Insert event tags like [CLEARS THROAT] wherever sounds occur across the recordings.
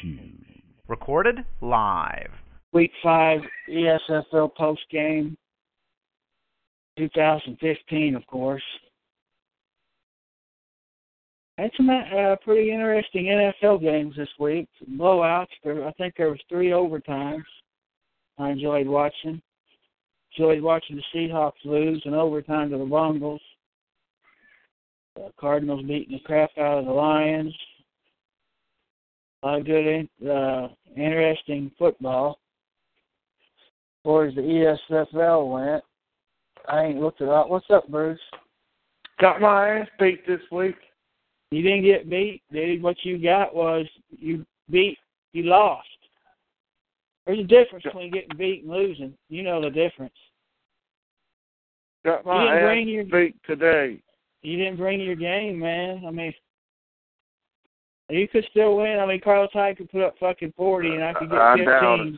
Shoes. Recorded live. Week five E ESFL post game, 2015, of course. Had some uh, pretty interesting NFL games this week. Some blowouts. There, I think there was three overtimes. I enjoyed watching. Enjoyed watching the Seahawks lose in overtime to the Bungles. The Cardinals beating the crap out of the Lions. A lot of good, uh, interesting football. As far as the E ESFL went, I ain't looked it up. What's up, Bruce? Got my ass beat this week. You didn't get beat, dude. What you got was you beat, you lost. There's a difference between getting beat and losing. You know the difference. Got You my didn't ass bring your- beat today. You didn't bring your game, man. I mean, you could still win. I mean, Carl Tide could put up fucking 40 and I could get I 15. doubt it.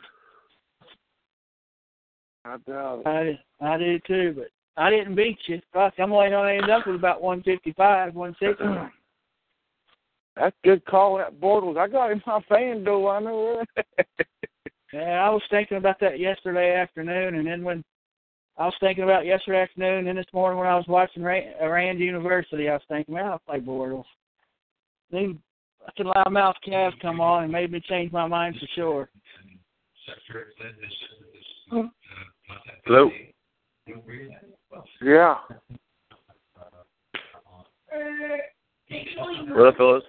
I doubt it. I did, I did too, but I didn't beat you. Fuck, I'm only gonna end up with about 155, [CLEARS THROAT] 160. That's good call out Bortles. I got him my fan though, I know that. yeah, I was thinking about that yesterday afternoon, and then when I was thinking about yesterday afternoon, and then this morning when I was watching Rand, Rand University, I was thinking, man, I'll play Bortles. Then I could loud mouth Cav come on and made me change my mind for sure. Hello. yeah. What up, fellas?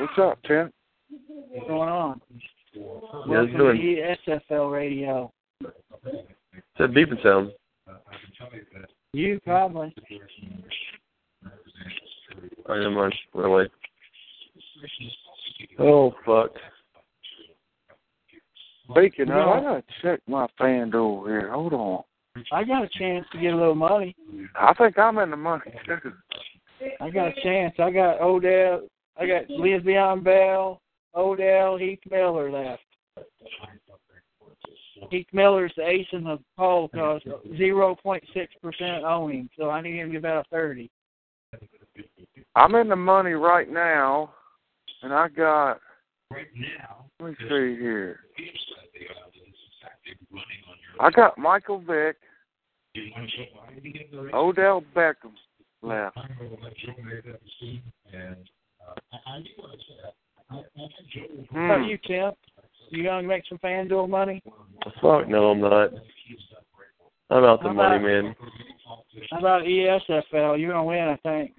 What's up, Tim? What's going on? E How's Welcome it doing? to SFL Radio. That beeping sound. You probably. I didn't mind. Went away. Oh fuck. Speaking of, I Yeah. gotta check my fan door here. Hold on. I got a chance to get a little money. I think I'm in the money too. I got a chance. I got Odell. I got Le'Veon Bell, Odell, Heath Miller left. Heath Miller's the ace in the poll because 0.6% own him, so I need him to get about a 30. I'm in the money right now, and I got. Let me see here. I got Michael Vick, Odell Beckham left. uh, How Hmm. about you, Tim? You going to make some FanDuel money? Fuck no, I'm not. I'm out the I'm money, out. man. How about E ESFL? You're going to win, I think.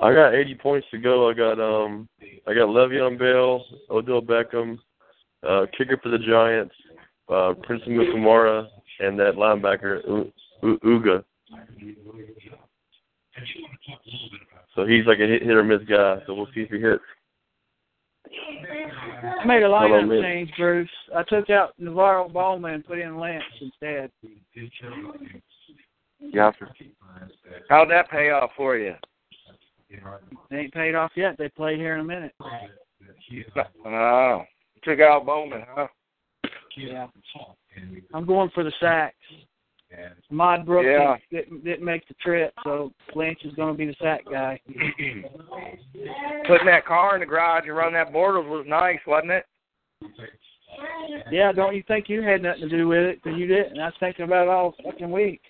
I got 80 points to go. I got um, I got Le'Veon Bell, Odell Beckham, uh, kicker for the Giants, uh, Prince Mukamara, and that linebacker U- U- Uga. So he's like a hit, hit or miss guy. So we'll see if he hits. I made a Hello, lineup Mitch. change, Bruce. I took out Navarro Bowman and put in Lance instead. Yeah. How'd that pay off for you? They ain't paid off yet. They play here in a minute. Oh, took out Bowman, huh? Yeah. I'm going for the sacks. Mod Brooks Yeah. didn't, didn't make the trip, so Lynch is going to be the sack guy. Putting that car in the garage and running that Bortles was nice, wasn't it? Yeah, don't you think you had nothing to do with it? Because you didn't. I was thinking about it all fucking week.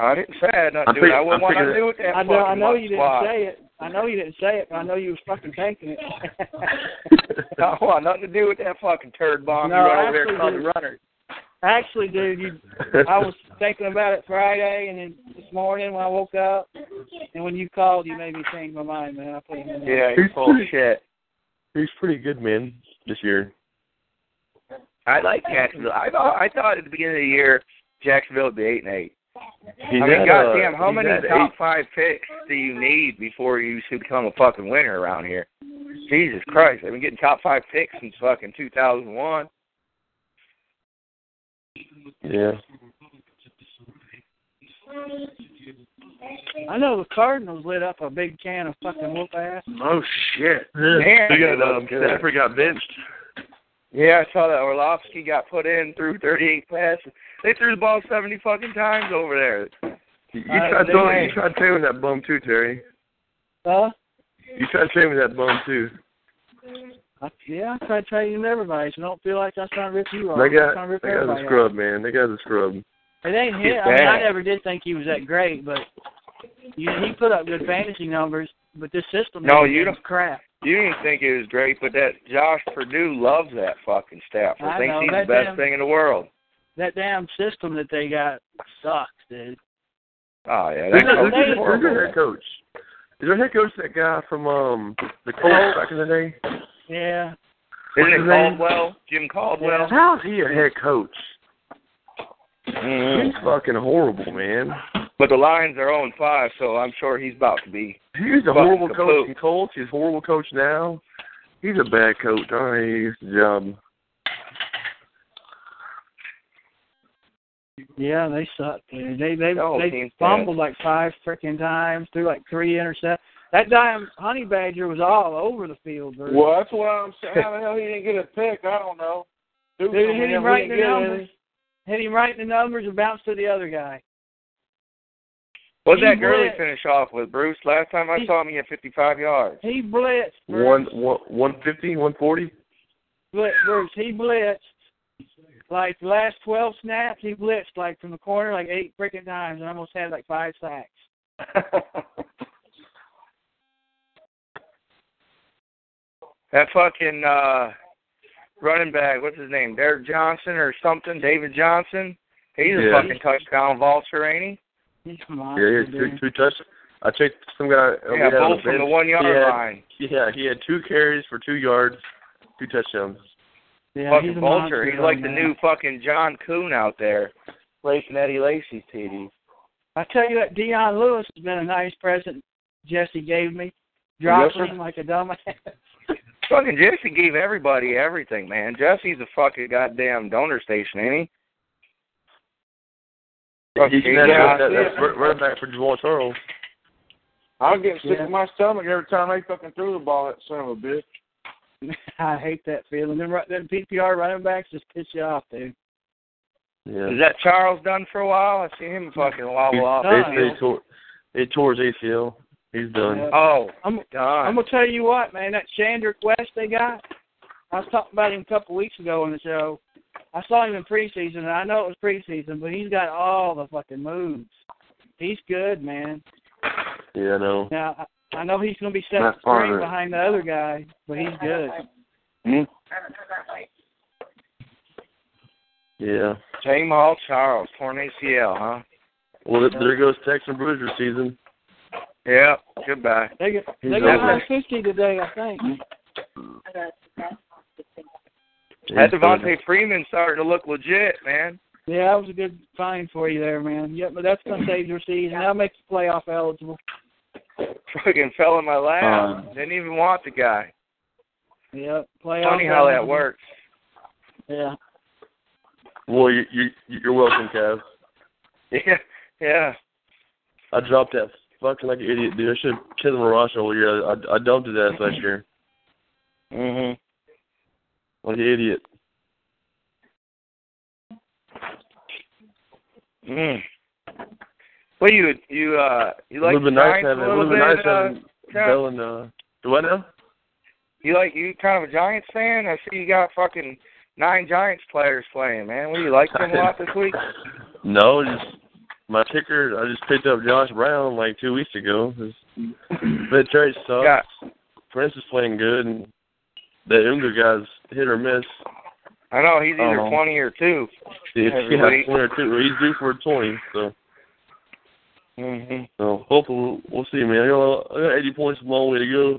I didn't say I I'm didn't pretty- I'm pretty- do with that I know, I fucking know you didn't squad. [LAUGHS] say it. I know you didn't say it, but I know you was fucking thinking it. I don't want nothing to do with that fucking turd bomb No, you run over there actually, and called the dude. runner. Actually, dude, you, I was thinking about it Friday, and then this morning when I woke up, and when you called, you made me change my mind, man. I put him in there. Yeah, he's full of shit. [LAUGHS] He's pretty good, man, this year. I like Jacksonville. I thought I thought at the beginning of the year Jacksonville would be eight and eight. He's I mean, at, uh, goddamn, how he's many at top eight- five picks do you need before you should become a fucking winner around here? Jesus Christ! I've been getting top five picks since fucking 2001. Yeah. I know the Cardinals lit up a big can of fucking whoop ass. Oh shit. Man, we got that um, was good. Stafford got benched. Yeah, I saw that Orlovsky got put in through 38 passes. They threw the ball 70 fucking times over there. You, you Uh, tried they throwing, may- you tried tailing that bum too, Terry. Huh? You tried tailing that bum too. I, yeah, I try to trade in everybody, so don't feel like I'm trying to rip you off. They I'm trying to got rip they got everybody a off. scrub, man. They got a scrub. It ain't him. He's I, mean, I bad. never did think he was that great, but you, he put up good fantasy numbers. But this system No, is you don't- crap. You didn't think it was great, but that Josh Purdue loves that fucking Stafford. I thinks know, he's that the best damn- thing in the world. That damn system that they got sucks, dude. Oh yeah, that Who's their- coach they- is who's their- who's their horrible. head coach? Is their head coach that guy from um the Colts back in the day? Yeah, Isn't it What's his name? Caldwell? Jim Caldwell? How's he a head coach? Mhm. He's fucking horrible, man. Mm-hmm. But the Lions are 0 5, so I'm sure he's about to be. He was a Fucking horrible coach kapoot. in Colts. He's a horrible coach now. He's a bad coach. I hate his job. yeah, they suck, dude. They they That whole they team's bad. fumbled like five freaking times, threw like three intercept. That damn honey badger was all over the field, dude. Well, that's what I'm saying. How the hell he didn't get a pick? I don't know. Duke Dude, told me hit him he right in didn't the get numbers. any. Hit him right in the numbers and bounced to the other guy. What did He that girly went- finish off with, Bruce? Last time I He- saw him, he had 55 yards. He blitzed. Bruce. One one one fifty, [LAUGHS] one forty. Blit Bruce, he blitzed like the last twelve snaps. He blitzed like from the corner like eight freaking times, and almost had like five sacks. That fucking uh running back, what's his name? Derek Johnson or something? David Johnson? He's a Yeah. fucking touchdown vulture, ain't he? He's a Yeah, he monster, had two, dude. two touch. I checked some guy. uh, we Yeah, had on both from the bench. one yard He had- line. Yeah, he had two carries for two yards, two touchdowns. Yeah, he's fucking a vulture. monster, He's like the man. new fucking John Coon out there, racing Eddie Lacy's TD. I tell you that Deion Lewis has been a nice present Jesse gave me, dropping Yes, sir. him like a dumbass. Fucking Jesse gave everybody everything, man. Jesse's a fucking goddamn donor station, ain't he? He Fucking had yeah, that, I that, see that running back for Jamal Charles. I'm getting sick Yeah. of my stomach every time they fucking threw the ball at son of a bitch. I hate that feeling. Them, ru- them PPR running backs just piss you off, dude. Yeah. Is that Charles done for a while? I see him fucking He- wobble off. they, done. they tore, they tore his ACL. He's done. Yeah. Oh, I'm I'm God. gonna tell you what, man. That Chandra Quest they got. I was talking about him a couple weeks ago on the show. I saw him in preseason, and I know it was preseason, but he's got all the fucking moves. He's good, man. Yeah, I know. Now I, I know he's gonna be set That's part of spring it. behind the other guy, but he's good. Hmm? Yeah. Jamal Charles, torn ACL, huh? Well, th- there goes Texan Bruiser season. Yeah, goodbye. They got He's they got open. 150 today, I think. That He's Devontae Freeman's starting to look legit, man. Yeah, that was a good find for you there, man. Yep, but that's gonna save your season. That'll make you playoff eligible. Fucking fell in my lap. Um, Didn't even want the guy. Yep, playoff. Funny how that eligible. works. [LAUGHS] Yeah. done. Well, you, you, you're welcome, Cav. Yeah, yeah. I dropped that fucking like an idiot, dude. I should have killed Marash all year. I, I dumped his ass last year. hmm Like an idiot. Mm. Well, you you uh you like it would the have been nice Giants a having, it little would have bit. been nice uh, having Cav? Bell and, uh, the what now? you like you kind of a Giants fan? I see you got fucking nine Giants players playing, man. What do you like them a lot this [LAUGHS] week? No, just my kicker. I just picked up Josh Brown like two weeks ago. [CLEARS THROAT] His- But trade sucks. Yeah. Prince is playing good, and that Unger guy's hit or miss. I know he's either Uh-huh. twenty or two. He's [LAUGHS] Every week. twenty or two. He's due for a twenty, so hmm so hopefully we'll, we'll see, man. I got, I got eighty points, a long way to go.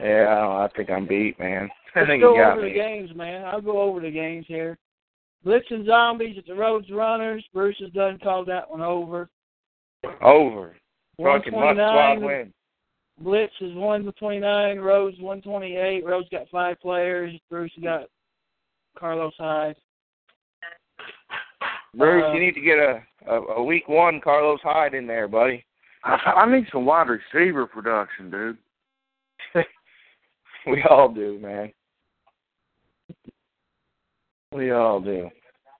Yeah, I, don't, I think I'm beat, man. I Let's think go you got over the me. games, man. I'll go over the games here. Blitz and Zombies, it's the Roads Runners. Bruce has done called that one over. Over. Fucking must squad 129, win. Blitz is 129, Roads 128. Roads got five players. Bruce got Carlos Hyde. Bruce, Uh, you need to get a, a a week one Carlos Hyde in there, buddy. I, I need some wide receiver production, dude. [LAUGHS] We all do, man. We all do.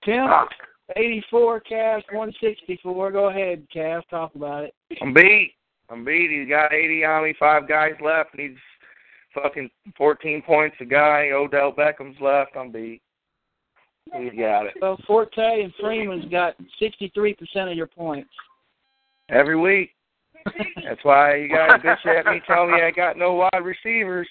Tim, Ah, 84, Cavs 164. Go ahead, Cavs, talk about it. I'm beat. I'm beat. He's got 80 on me, five guys left, and he's fucking 14 points a guy. Odell Beckham's left. I'm beat. He's got it. Well, Forte and Freeman's got 63% of your points. [LAUGHS] Every week. That's why you guys bitch at [LAUGHS] me telling me I got no wide receivers.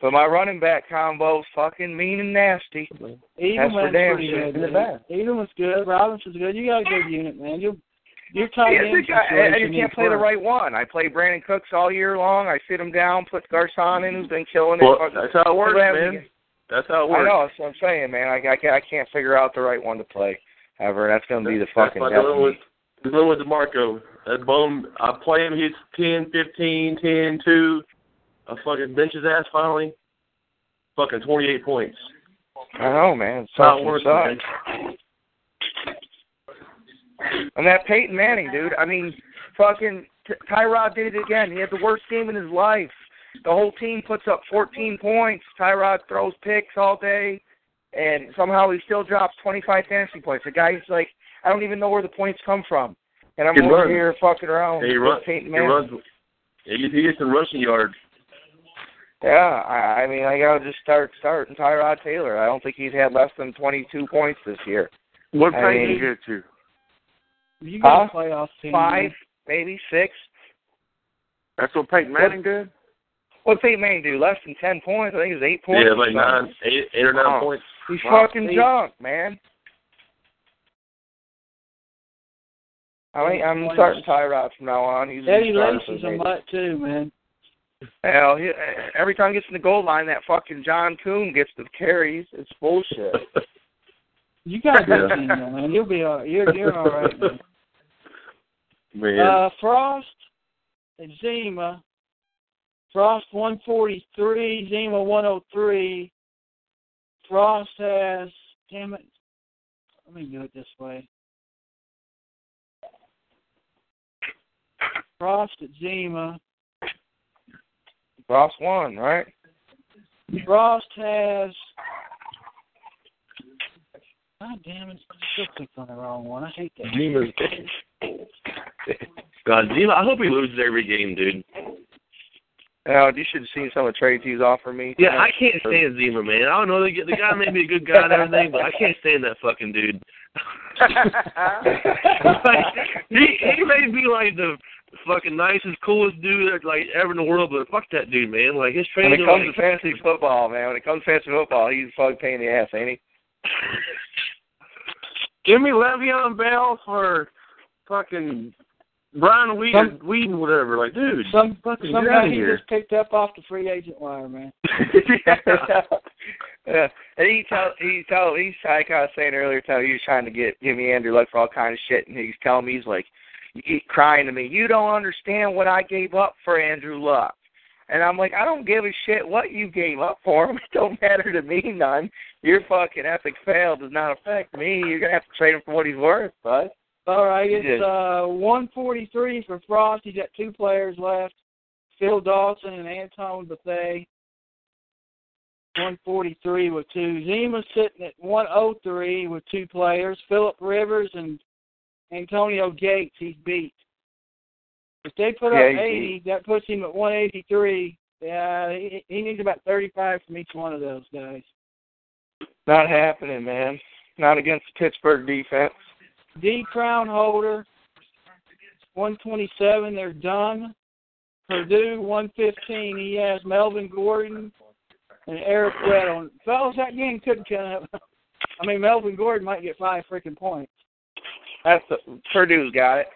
But my running back combo's fucking mean and nasty. That's for Edelman's damn pretty sure. good. man. Edelman's good. Robinson's good. You got a good unit, man. You, your tight Yeah, end the guy- and and situation you can't is play the worse. right one. I play Brandon Cooks all year long. I sit him down, put Garcon in, who's been killing it. Well, Fuck- that's how it works, Whatever. man. That's how it I works. know. That's what I'm saying, man. I, I, can't, I can't figure out the right one to play ever. That's going to be the That's fucking why death the of one with me. the one with DeMarco. That bum, I play him. He's 10, 15, 10, 2. I fucking bench his ass finally. Fucking 28 points. I know, man. It's Not fucking worth it, sucks. man. And that Peyton Manning, dude. I mean, fucking T- Tyrod did it again. He had the worst game in his life. The whole team puts up 14 points. Tyrod throws picks all day, and somehow he still drops 25 fantasy points. The guy's like, I don't even know where the points come from, and I'm He over runs. here fucking around And he with runs. He Peyton Manning. runs. He he gets some rushing yards. Yeah, I, I mean, I gotta just start starting Tyrod Taylor. I don't think he's had less than 22 points this year. What I pay did mean- you get to? You got Huh? a playoff team. Five, man. maybe six. That's what Peyton Manning did. What Peyton Manning do? Less than 10 points? I think it was eight points. Yeah, or like something. nine, eight, eight or nine Wow. points. He's Wow. fucking See? junk, man. I mean, I'm starting Tyrod from now on. He's a Eddie starter Lacy's for a me. mutt too, man. Hell, he, every time he gets in the goal line, that fucking John Coon gets the carries. It's [LAUGHS] bullshit. You got a good Yeah. team, though, man. You'll be all. You're you're all right. Man. Man, Uh, Frost and Zima. Frost 143, Zima 103. Frost has, damn it, let me do it this way. Frost at Zima. Ross won, right? Frost has, God damn it, I still clicked on the wrong one. I hate that. Zeman. God, Zima, I hope he loses every game, dude. Now, you should have seen some of the trades he's offered me. Yeah, [LAUGHS] I can't stand Zima, man. I don't know. The, the guy may be a good guy and everything, but I can't stand that fucking dude. [LAUGHS] like, he he may be like the fucking nicest, coolest dude like ever in the world, but fuck that dude, man. Like his [LAUGHS] When trades it are comes to like, fantasy football, man, when it comes to fantasy football, he's a fucking pain in the ass, ain't he? Give me Le'Veon Bell for fucking Brian Weed, Some- Weed and whatever. Like, dude. Some get outta somebody here. just picked up off the free agent wire, man. [LAUGHS] yeah. And he tell he tell he's like I was saying earlier, tell he was trying to get give me Andrew Luck for all kind of shit, and he's telling me he's like, he keep crying to me, you don't understand what I gave up for Andrew Luck, and I'm like, I don't give a shit what you gave up for him. [LAUGHS] It don't matter to me none. Your fucking epic fail does not affect me. You're gonna have to trade him for what he's worth, bud. All right, You it's did. uh, 143 for Frost. He's got two players left Phil Dawson and Anton Bethay. 143 with two. Zima's sitting at 103 with two players Philip Rivers and Antonio Gates. He's beat. If they put Yeah, up he's 80, that puts him at 183. Yeah, he, he needs about 35 from each one of those guys. Not happening, man. Not against the Pittsburgh defense. D Crown Holder, 127. They're done. Purdue, 115. He has Melvin Gordon and Eric Weddle. Fellas, that game could kind of. [LAUGHS] I mean, Melvin Gordon might get five freaking points. That's the, Purdue's got it.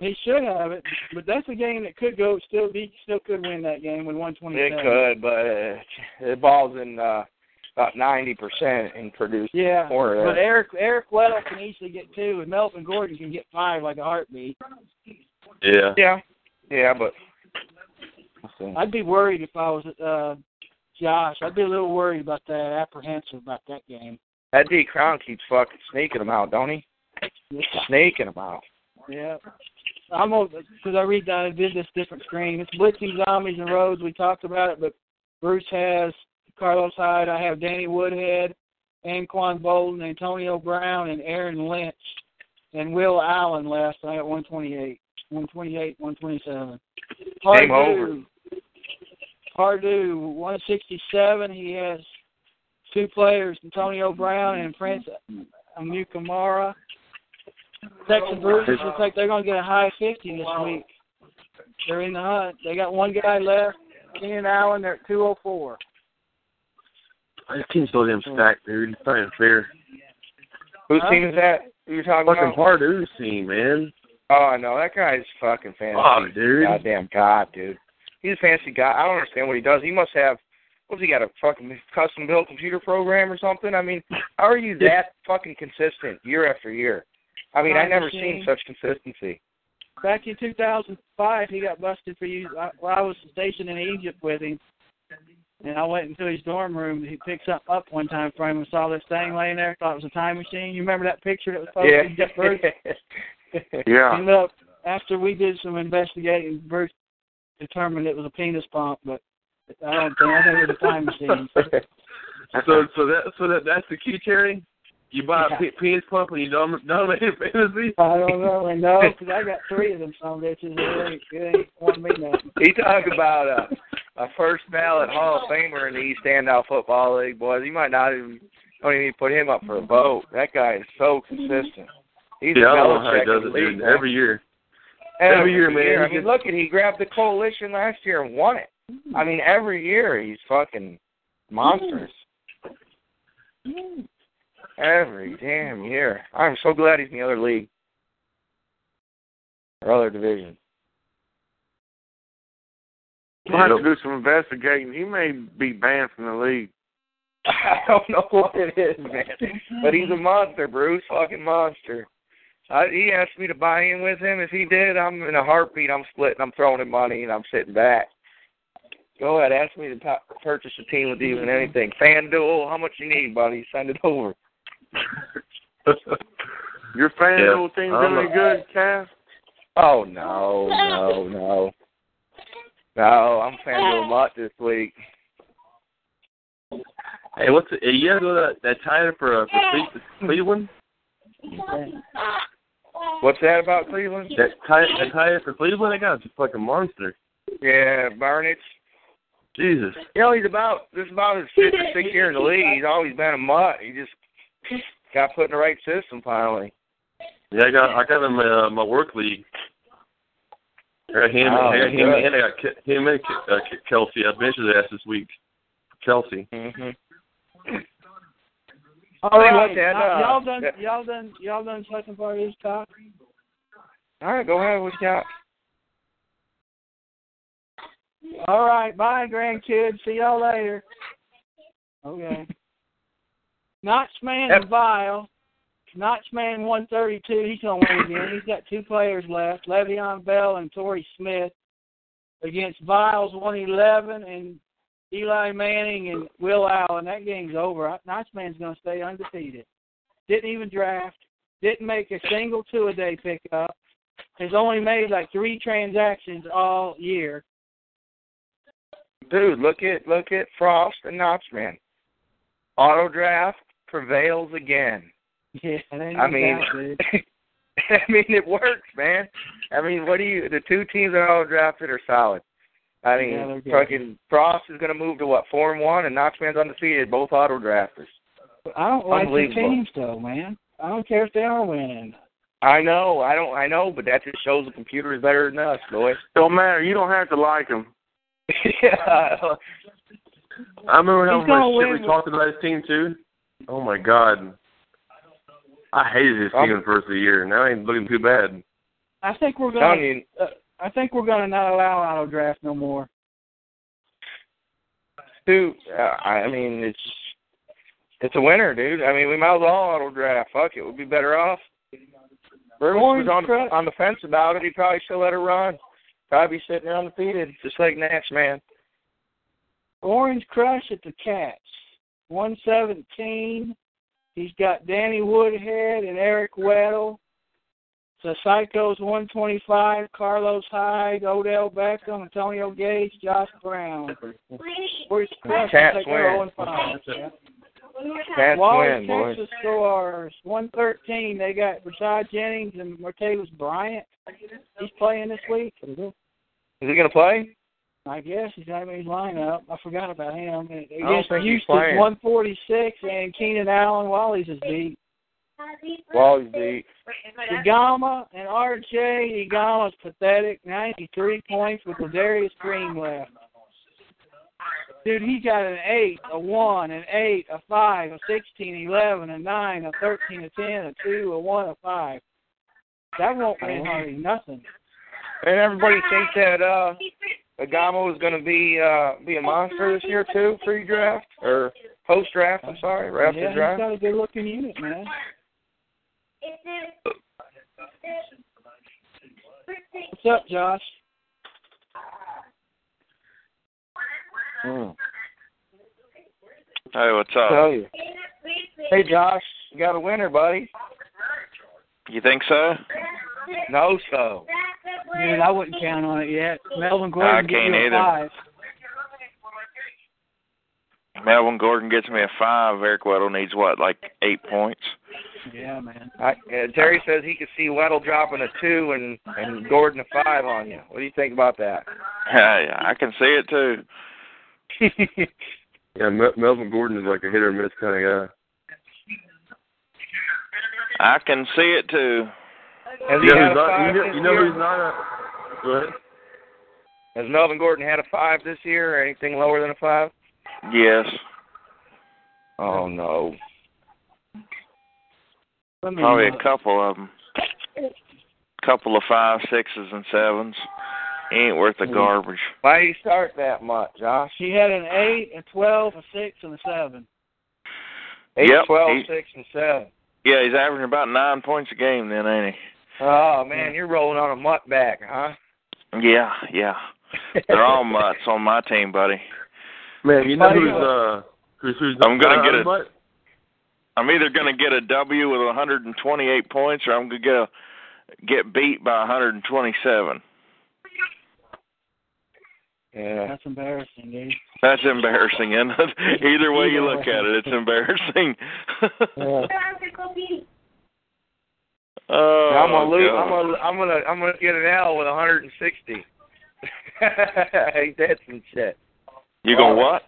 He should have it, but that's a game that could go. Still, he still could win that game with 127. It could, but uh, the ball's in uh, about ninety percent in Purdue's Yeah. corner. But Eric Eric Weddle can easily get two, and Melvin Gordon can get five like a heartbeat. yeah. yeah, yeah, but I'd be worried if I was uh Josh. I'd be a little worried about that, apprehensive about that game. that D Crown keeps fucking sneaking them out, don't he? Sneaking them out. Yeah. I'm because I read that I did this different screen. It's blitzing zombies and roads. We talked about it, but Bruce has Carlos Hyde. I have Danny Woodhead, Anquan Bolden, Antonio Brown, and Aaron Lynch, and Will Allen left. I got 128, 128, 127. Game over. Pardue, 167. He has two players, Antonio Brown and Prince Amukamara. Texas Bruins looks like they're going to get a high 50 this week. They're in the hunt. They got one guy left. Keenan Allen, they're at 204. This team's so damn stacked, dude. It's not even fair. Whose Huh? team is that? Who you talking Fucking about? Pardue team, man. Oh no, that guy's fucking fantasy. Fuck, Oh, dude. Goddamn Oh, god, dude. He's a fancy guy. I don't understand what he does. He must have what's he got a fucking custom built computer program or something? I mean, how are you that fucking consistent year after year? I mean, I never seen such consistency. Back in 2005, he got busted for using. I, well, I was stationed in Egypt with him, and I went into his dorm room. He picked something up one time from him and saw this thing laying there. Thought it was a time machine. You remember that picture that was posted? Yeah. [LAUGHS] Jeff Burgess? Yeah. And look, after we did some investigating, Bruce determined it was a penis pump, but I don't think I think it was a time machine. So, so that, so that, that's the key, Terry. You buy Yeah. a pe- penis pump and you [LAUGHS] dom- dominate fantasy. I don't know. I know because I got three of them some bitches. It ain't, it ain't one me nothing. he talked about uh, a, a first ballot Hall of Famer in the East Standout Football League, boys. You might not even don't even put him up for a vote. That guy is so consistent. He's a yeah, I don't know how he Belichick does in it, the league, dude. man. Every year. Every Every year, year, man. man. I mean, look at he grabbed the coalition last year and won it. I mean, every year he's fucking monstrous. Mm-hmm. Every damn year. I'm so glad he's in the other league or other division. We'll have to Yep. do some investigating. He may be banned from the league. [LAUGHS] I don't know what it is, man. But he's a monster, Bruce. Fucking monster. I, he asked me to buy in with him. If he did, I'm in a heartbeat. I'm splitting. I'm throwing him money, and I'm sitting back. Go ahead. Ask me to pu- purchase a team with even anything. FanDuel, how much you need, buddy? Send it over. Your fan Yeah. old team's I'm doing a- good, Cass. Oh no, no, no, no! I'm FanDuel mutt this week. Hey, what's the, you guys know that that tie for uh, for Cle- Cleveland? What's that about Cleveland? That tie that tie for Cleveland? That guy's a fucking monster. Yeah, Barnage. Jesus. You know, he's about this is about his fifth or sixth year in the league. He's always been a mutt. He just got put in the right system finally. Yeah, I got I got him in uh, my work league. I got him, Oh, I got him, good. and I got Ke- him and Ke- uh, Ke- Kelsey. I benched his ass this week. Kelsey. Mm-hmm. All Tell you right, what, Dad, y'all- uh, y'all done, that- y'all done, y'all done second part of this talk. All right, go ahead. What you got? All right, bye, grandkids. See y'all later. Okay. Knox Man and Vile. Knox Man 132. He's going to win again. He's got two players left Le'Veon Bell and Torrey Smith against Vile's 111 and Eli Manning and Will Allen. That game's over. I- Knox Man's going to stay undefeated. Didn't even draft. Didn't make a single two a day pickup. Has only made like three transactions all year. Dude, look at look at Frost and Knoxman. Auto draft prevails again. [LAUGHS] [LAUGHS] Yeah, that ain't I mean, about it. I mean it works, man. I mean, what do you? The two teams that all drafted are solid. I mean, Yeah, they're good. fucking Frost is going to move to what four and one, and Knoxman's undefeated, both auto drafters. I don't like the Unbelievable. teams though, man. I don't care if they are winning. I know, I don't, I know, but that just shows the computer is better than us, boy. [LAUGHS] Don't matter. You don't have to like him. yeah, I remember how He's gonna much shit win. we talked about his team too. Oh my god. I hated his I'm- team the first of the year. Now he ain't looking too bad. I think we're telling gonna. you, Uh, I think we're gonna not allow auto draft no more. dude. uh, I mean, it's it's a winner, dude. I mean, we might as well auto draft. Fuck it, we'd be better off. Bruce Orange was on truck. on the fence about it. He probably should let her run. Probably be sitting there undefeated, just like Nash, man. Orange Crush at the Cats, one seventeen. He's got Danny Woodhead and Eric Weddle. The Psychos, one twenty five. Carlos Hyde, Odell Beckham, Antonio Gates, Josh Brown. Orange Crush Cats take over win. 0-5, yeah. That's Wallace, win, boy. Texas scores 113. They got Rashad Jennings and Martavis Bryant. He's playing this week. Is he gonna play? I guess he's having his lineup. I forgot about him. And I don't Against think he's Houston, playing. 146, and Keenan Allen, Wally's is beat. Wally's deep. Igama and RJ, Igama's pathetic. 93 points with Darius Green left. Dude, he got an 8, a 1, an 8, a 5, a 16, 11, a 9, a 13, a 10, a 2, a 1, a 5. That won't win hardly nothing. And everybody thinks that uh Agamo is going to be uh be a monster this year too, pre draft or post draft. I'm sorry, right after yeah, the he's draft. got a good looking unit, man. What's up, Josh? Hey, what's Oh. up? Hmm. tell you. Hey Josh, you got a winner, buddy. you think so? No, so Dude, I wouldn't count on it yet. Melvin I Gordon gave can't you a either. five. Melvin Gordon gets me a five. Eric Weddle needs what, like eight points? Yeah, man. I, uh, Terry says he could see Weddle dropping a two and and Gordon a five on you. What do you think about that? [LAUGHS] Hey, I can see it too. Yeah, Mel- Melvin Gordon is like a hit or miss kind of guy. I can see it too. Has he You know had a who's not? five You know, this you know year? who's not a. Go ahead. Has Melvin Gordon had a five this year or anything lower than a five? Yes. Oh no. Let me Probably look. a couple of them. Couple of five, sixes, and sevens. He ain't worth the garbage. Why do you start that much, Josh? She had an eight, a twelve, a six, and a seven. Eight, Yep, twelve, he- six, and seven. Yeah, he's averaging about nine points a game then, ain't Oh man, you're rolling on a mutt back, huh? he? Yeah, yeah. They're all [LAUGHS] mutts on my team, buddy. Man, you know Buddy, who's uh, uh who's who's I'm gonna not get a it. mutt? I'm either gonna get a W with 128 points, or I'm gonna get a, get beat by 127. Yeah. That's embarrassing, dude. That's embarrassing, isn't it? Either way [LAUGHS] you look at it, it's embarrassing. [LAUGHS] Yeah. oh, I'm gonna lose. God. I'm gonna. I'm gonna. I'm gonna get an L with 160. [LAUGHS] Ain't that some shit? You gonna what?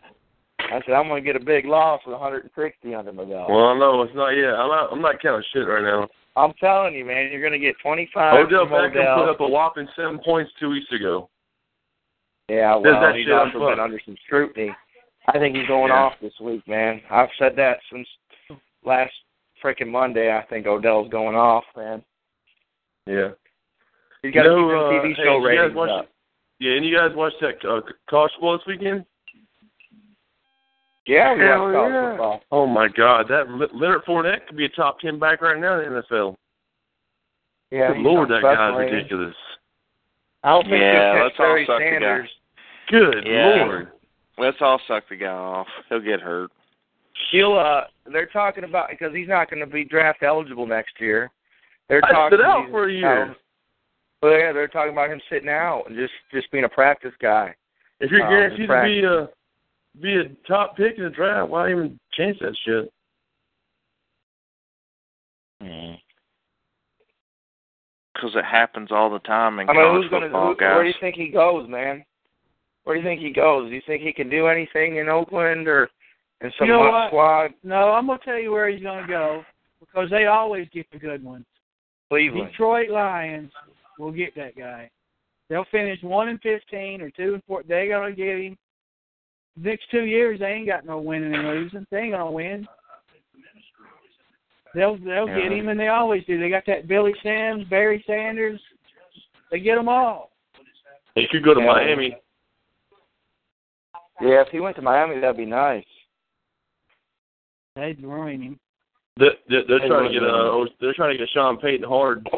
I said I'm gonna get a big loss with 160 under my belt. Well, no, it's not yet. I'm not. I'm not counting shit right now. I'm telling you, man, you're gonna get 25. Odell from Beckham Odell. put up a whopping seven points two weeks ago. Yeah, There's well, that he's shit I'm also fucked. been under some scrutiny. I think he's going Yeah. off this week, man. I've said that since last freaking Monday. I think Odell's going off, man. Yeah. He's got You know, uh, to keep his TV show hey, you guys ratings watch- up. Yeah, and you guys watched that uh, college football this weekend? Yeah, we Hell watch college yeah. football. Oh my God, that Le- Leonard Fournette could be a top ten back right now in the NFL. Yeah, Good he's Lord, that guy's special agent. ridiculous. I don't think Yeah, he'll catch let's all Barry suck the guy. Sanders. Good Yeah. Lord. Let's all suck the guy off. He'll get hurt. He'll. Uh, they're talking about because he's not going to be draft eligible next year. They're I talking. stood out he's- for a year. Well, yeah, they're talking about him sitting out and just just being a practice guy. If you're Um, guaranteed to be practice. a be a top pick in the draft, why even chance that shit? Mm. Because it happens all the time in I mean, college who's going to? football, guys. Where do you think he goes, man? Where do you think he goes? Do you think he can do anything in Oakland or in some You know hot what? squad? No, I'm gonna tell you where he's gonna go because they always get the good ones. Cleveland. Detroit Lions will get that guy. They'll finish one and fifteen or two and four. They gonna get him. Next two years, they ain't got no winning and losing. They ain't gonna win. They'll they'll get Yeah. him, and they always do. They got that Billy Sims, Barry Sanders. They get them all. He could go to Yeah. Miami. Yeah, if he went to Miami, that'd be nice. They'd ruin him. They, they, they're They trying would, to get uh, uh, oh, they're trying to get Sean Payton hard.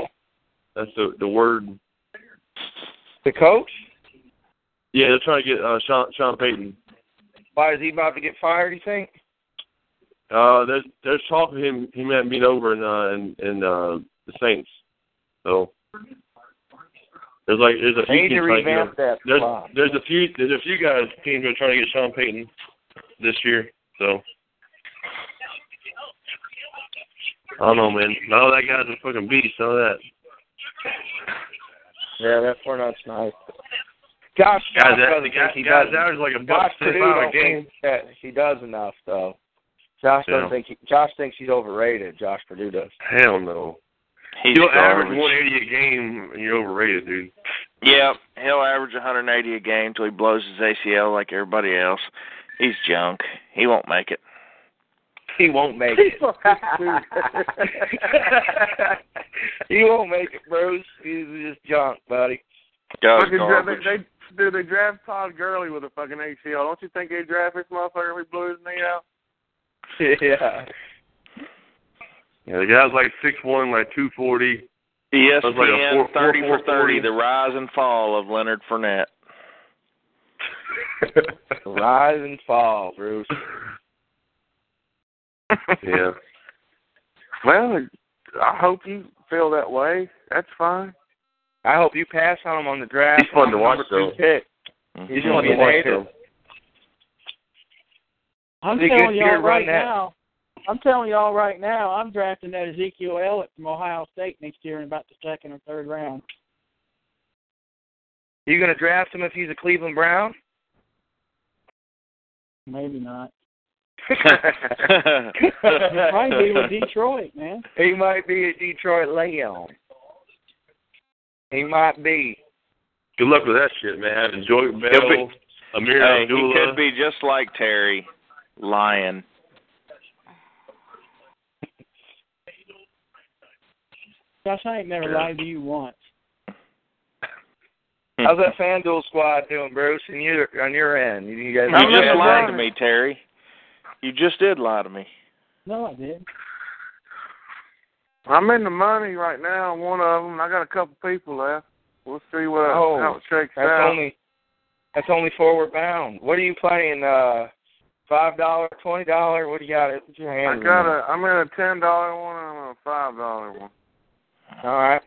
That's the the word. The coach? Yeah, they're trying to get uh, Sean Sean Payton. Why is he about to get fired? You think? Uh, there's there's talk of him him having been over in uh in, in uh the Saints. So there's like there's a They few need to teams trying to revamp get that there's squad. there's a few there's a few guys teams that are trying to get Sean Payton this year. So I don't know, man. No, that guy's a fucking beast. Know that. Yeah, that Fournette's nice. Josh, Guys, Josh that, doesn't the think guys, he guys, does. that was like a buck Josh fifty Purdue a don't game. think that he does enough though. Josh Yeah. doesn't think he, Josh thinks he's overrated. Josh Purdue does. Hell no. He's You'll average 180 garbage. a game, and you're overrated, dude. Yeah, he'll average 180 a game till he blows his ACL like everybody else. He's junk. He won't make it. He won't make it. he won't make it, Bruce. He's just junk, buddy. [LAUGHS] Does Fucking dra- garbage. they, they, dude, they draft Todd Gurley with a fucking ACL. Don't you think they draft this motherfucker if he blew his knee out? Yeah. Yeah, the guy's like six one, like two forty. ESPN That's like a four- four- 30 four- for 30, forty. the rise and fall of Leonard Fournette. Rise and fall, Bruce. [LAUGHS] yeah. Well, I hope you feel that way. That's fine. I hope you pass on him on the draft. He's fun to watch, Number two pick. He's Mhm. gonna be an hater. I'm Think telling this year y'all run right that- now. I'm telling y'all right now. I'm drafting that Ezekiel Elliott from Ohio State next year in about the second or third round. You gonna draft him if he's a Cleveland Brown? [LAUGHS] Maybe [LAUGHS] not. Probably be with Probably Detroit, man. He might be a Detroit Leon. He might be. Good luck with that shit, man. Enjoy He'll Bell, be- Amir hey, he Abdullah. could be just like Terry, lying. Josh, I ain't never Yeah. lied to you once. [LAUGHS] How's that FanDuel squad doing, Bruce? And you on your end, you guys. You I'm just not lied lying. to me, Terry. You just did lie to me. No, I did. I'm in the money right now on one of them. I got a couple people left. We'll see what Oh, how it shakes That's out. only that's only forward bound. What are you playing? Uh, five dollar, twenty dollar. What do you got? What's your I hand? got a. I'm in a ten dollar one and a five dollar one. All right.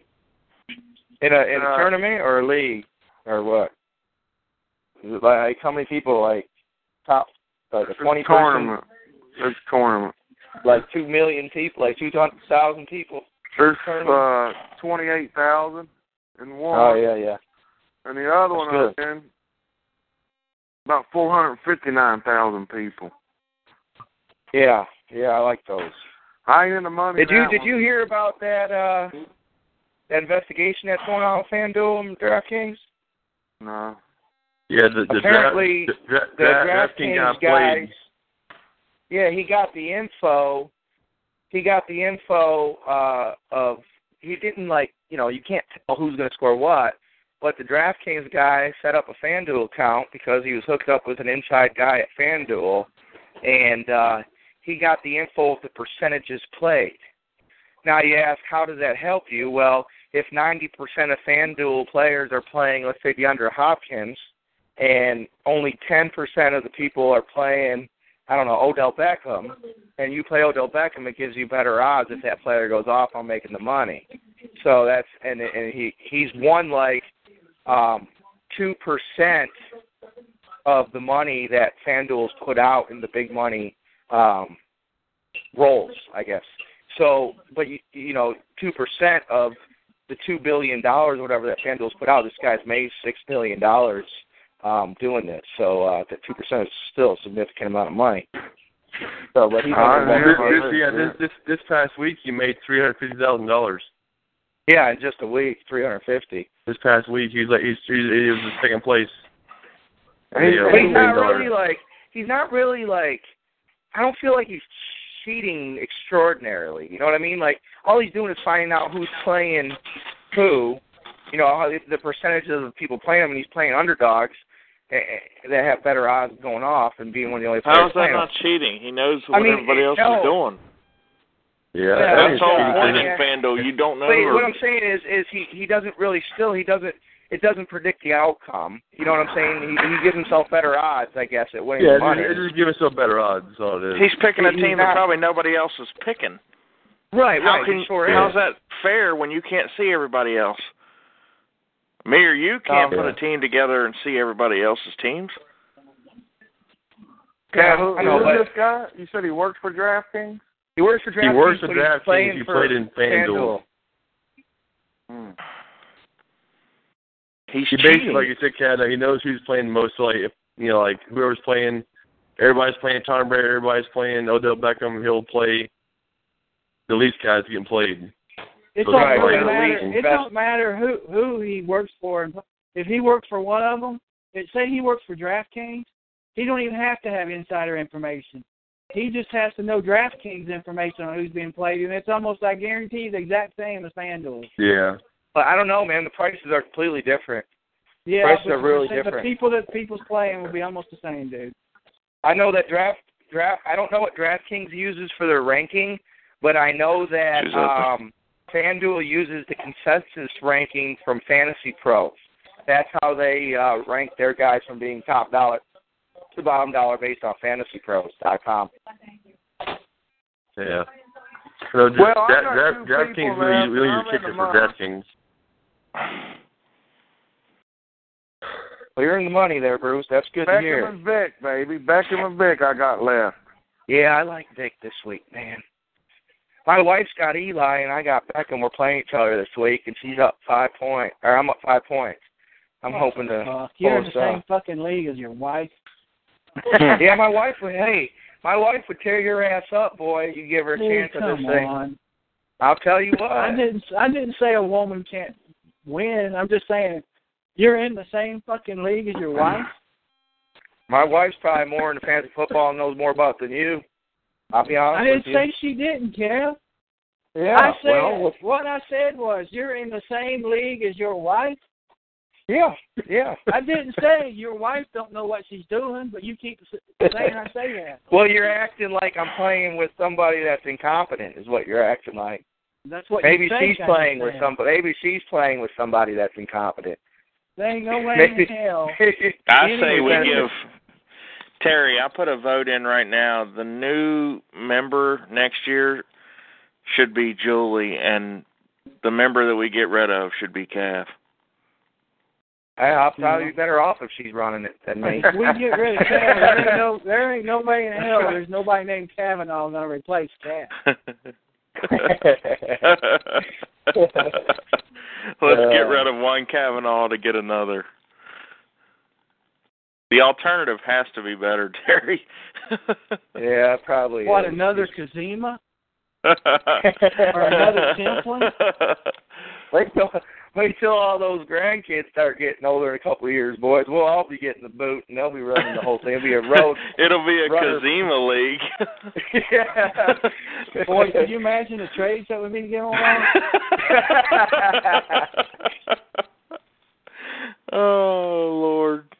In a in a Uh, tournament or a league or what? Is it like how many people like top like a It's twenty person tournament. It's tournament. like two million people like two thousand people? There's Tournament. uh, twenty eight thousand in one, Oh yeah, yeah. and the other That's one I was in about four hundred fifty nine thousand people. Yeah, yeah, I like those. I ain't in the money. Did you that did one. you hear about that uh that investigation that's going on with FanDuel and DraftKings? No. yeah, the, the Apparently, draft, the, draft, the draft, DraftKings guy played. guy- Yeah, he got the info. He got the info uh of he didn't like you know you can't tell who's going to score what, but the DraftKings guy set up a FanDuel account because he was hooked up with an inside guy at FanDuel, and uh he got the info of the percentages played. Now you ask, how does that help you? Well, if 90% of FanDuel players are playing, let's say DeAndre Hopkins, and only 10% of the people are playing, I don't know, Odell Beckham, and you play Odell Beckham, it gives you better odds if that player goes off on making the money. So that's and and he he's won like um two percent of the money that FanDuel's put out in the big money um roles, I guess. So, but you you know, two percent of the two billion dollars, whatever that FanDuel's put out, this guy's made six million dollars um doing this. So uh that two percent is still a significant amount of money. So, but he's All right, This, man. this, yeah, this, this this past week he made three hundred fifty thousand dollars. yeah, in just a week, three hundred fifty. This past week he was like he's, he's, he was in second place. Hey, Yeah, hey, But he's million not dollars. really like he's not really like I don't feel like he's cheating extraordinarily. You know what I mean? Like all he's doing is finding out who's playing who, you know, how the percentages of people playing him, and he's playing underdogs eh, eh, that have better odds of going off and being one of the only players How is that playing 'em. not cheating? He knows I what mean, everybody else no. is doing. Yeah, Yeah, that That's is the whole cheating. point in yeah. FanDuel. You don't know. But or- what I'm saying is, is he he doesn't really still he doesn't it doesn't predict the outcome. You know what I'm saying? He he gives himself better odds, I guess, at winning Yeah, the money. it just give himself better odds. That's all it is. He's picking a He's team not- that probably nobody else is picking. right, How right. can he sure is. how's that fair when you can't see everybody else? Me or you can't Oh. put a team together and see everybody else's teams. Yeah, who- I know, who's but- this guy? You said he works for DraftKings. He works for DraftKings. He works for but he's DraftKings. playing He for Hmm. played in FanDuel. Hmm. He's he basically, cheating. like you said, Cat, he knows who's playing most. So like, if you know, like whoever's playing, everybody's playing Tom Brady, everybody's playing Odell Beckham. He'll play the least guys getting played. It So don't that's really why matter. the league It don't matter who who he works for. And If he works for one of them, it, say he works for DraftKings, he don't even have to have insider information. He just has to know DraftKings information on who's being played, and it's almost I guarantee the exact same as FanDuel. Yeah, But I don't know, man. The prices are completely different. Yeah, Prices but are really the, different. The people that people's playing will be almost the same, dude. I know that draft draft. I don't know what DraftKings uses for their ranking, but I know that She's up. um, FanDuel uses the consensus ranking from Fantasy Pro. That's how they uh, rank their guys from being top dollar to bottom dollar based on FantasyPros.com. yeah. So just, Well, I that, got that, two DraftKings people really, left, really and need I'm a in kicker the for month. DraftKings. Well, you're in the money there, Bruce. That's good to Beckham hear. and Vic, baby. Beckham and Vic, I got left. Yeah, I like Vic this week, man. My wife's got Eli and I got Beckham. We're playing each other this week, and she's up five point, or I'm up five points. I'm hoping to Fuck, Uh, you're in the us up. same fucking league as your wife. [LAUGHS] yeah, my wife would. Hey, my wife would tear your ass up, boy. You give her a Dude, chance at come this thing. on. I'll tell you [LAUGHS] what. I didn't. I didn't say a woman can't win. I'm just saying you're in the same fucking league as your Mm-hmm. wife. My wife's probably more into fantasy football and knows more about it than you. I'll be honest I didn't with say she didn't, Kev. you. Yeah. I said well, what I said was you're in the same league as your wife. yeah, yeah. I didn't [LAUGHS] say your wife don't know what she's doing, but you keep s- saying I say that. Well, you're acting like I'm playing with somebody that's incompetent, is what you're acting like. That's what Maybe you think she's I'm playing with saying. somebody. Maybe she's playing with somebody that's incompetent. There ain't [LAUGHS] no way Maybe- in hell. I say we Anyway, give Terry. I put a vote in right now. The new member next year should be Julie, and the member that we get rid of should be Calf. [LAUGHS] I- I'll probably be better off if she's running it than me. If we get rid [LAUGHS] of Kavanaugh, there [LAUGHS] ain't no there ain't no way in hell there's nobody named Kavanaugh gonna replace Cat. Let's get rid of one Kavanaugh to get another. The alternative has to be better, [LAUGHS] Terry. yeah, probably. What is. another Kazima? or another [LAUGHS] Templin? [LAUGHS] Wait till wait till all those grandkids start getting older in a couple of years, boys. We'll all be getting the boot, and they'll be running the whole thing. It'll be a road. [LAUGHS] [LAUGHS] It'll be a Rudder. Kazima [LAUGHS] league. yeah. Boy, could you imagine the trades that would be going [LAUGHS] on? oh Lord.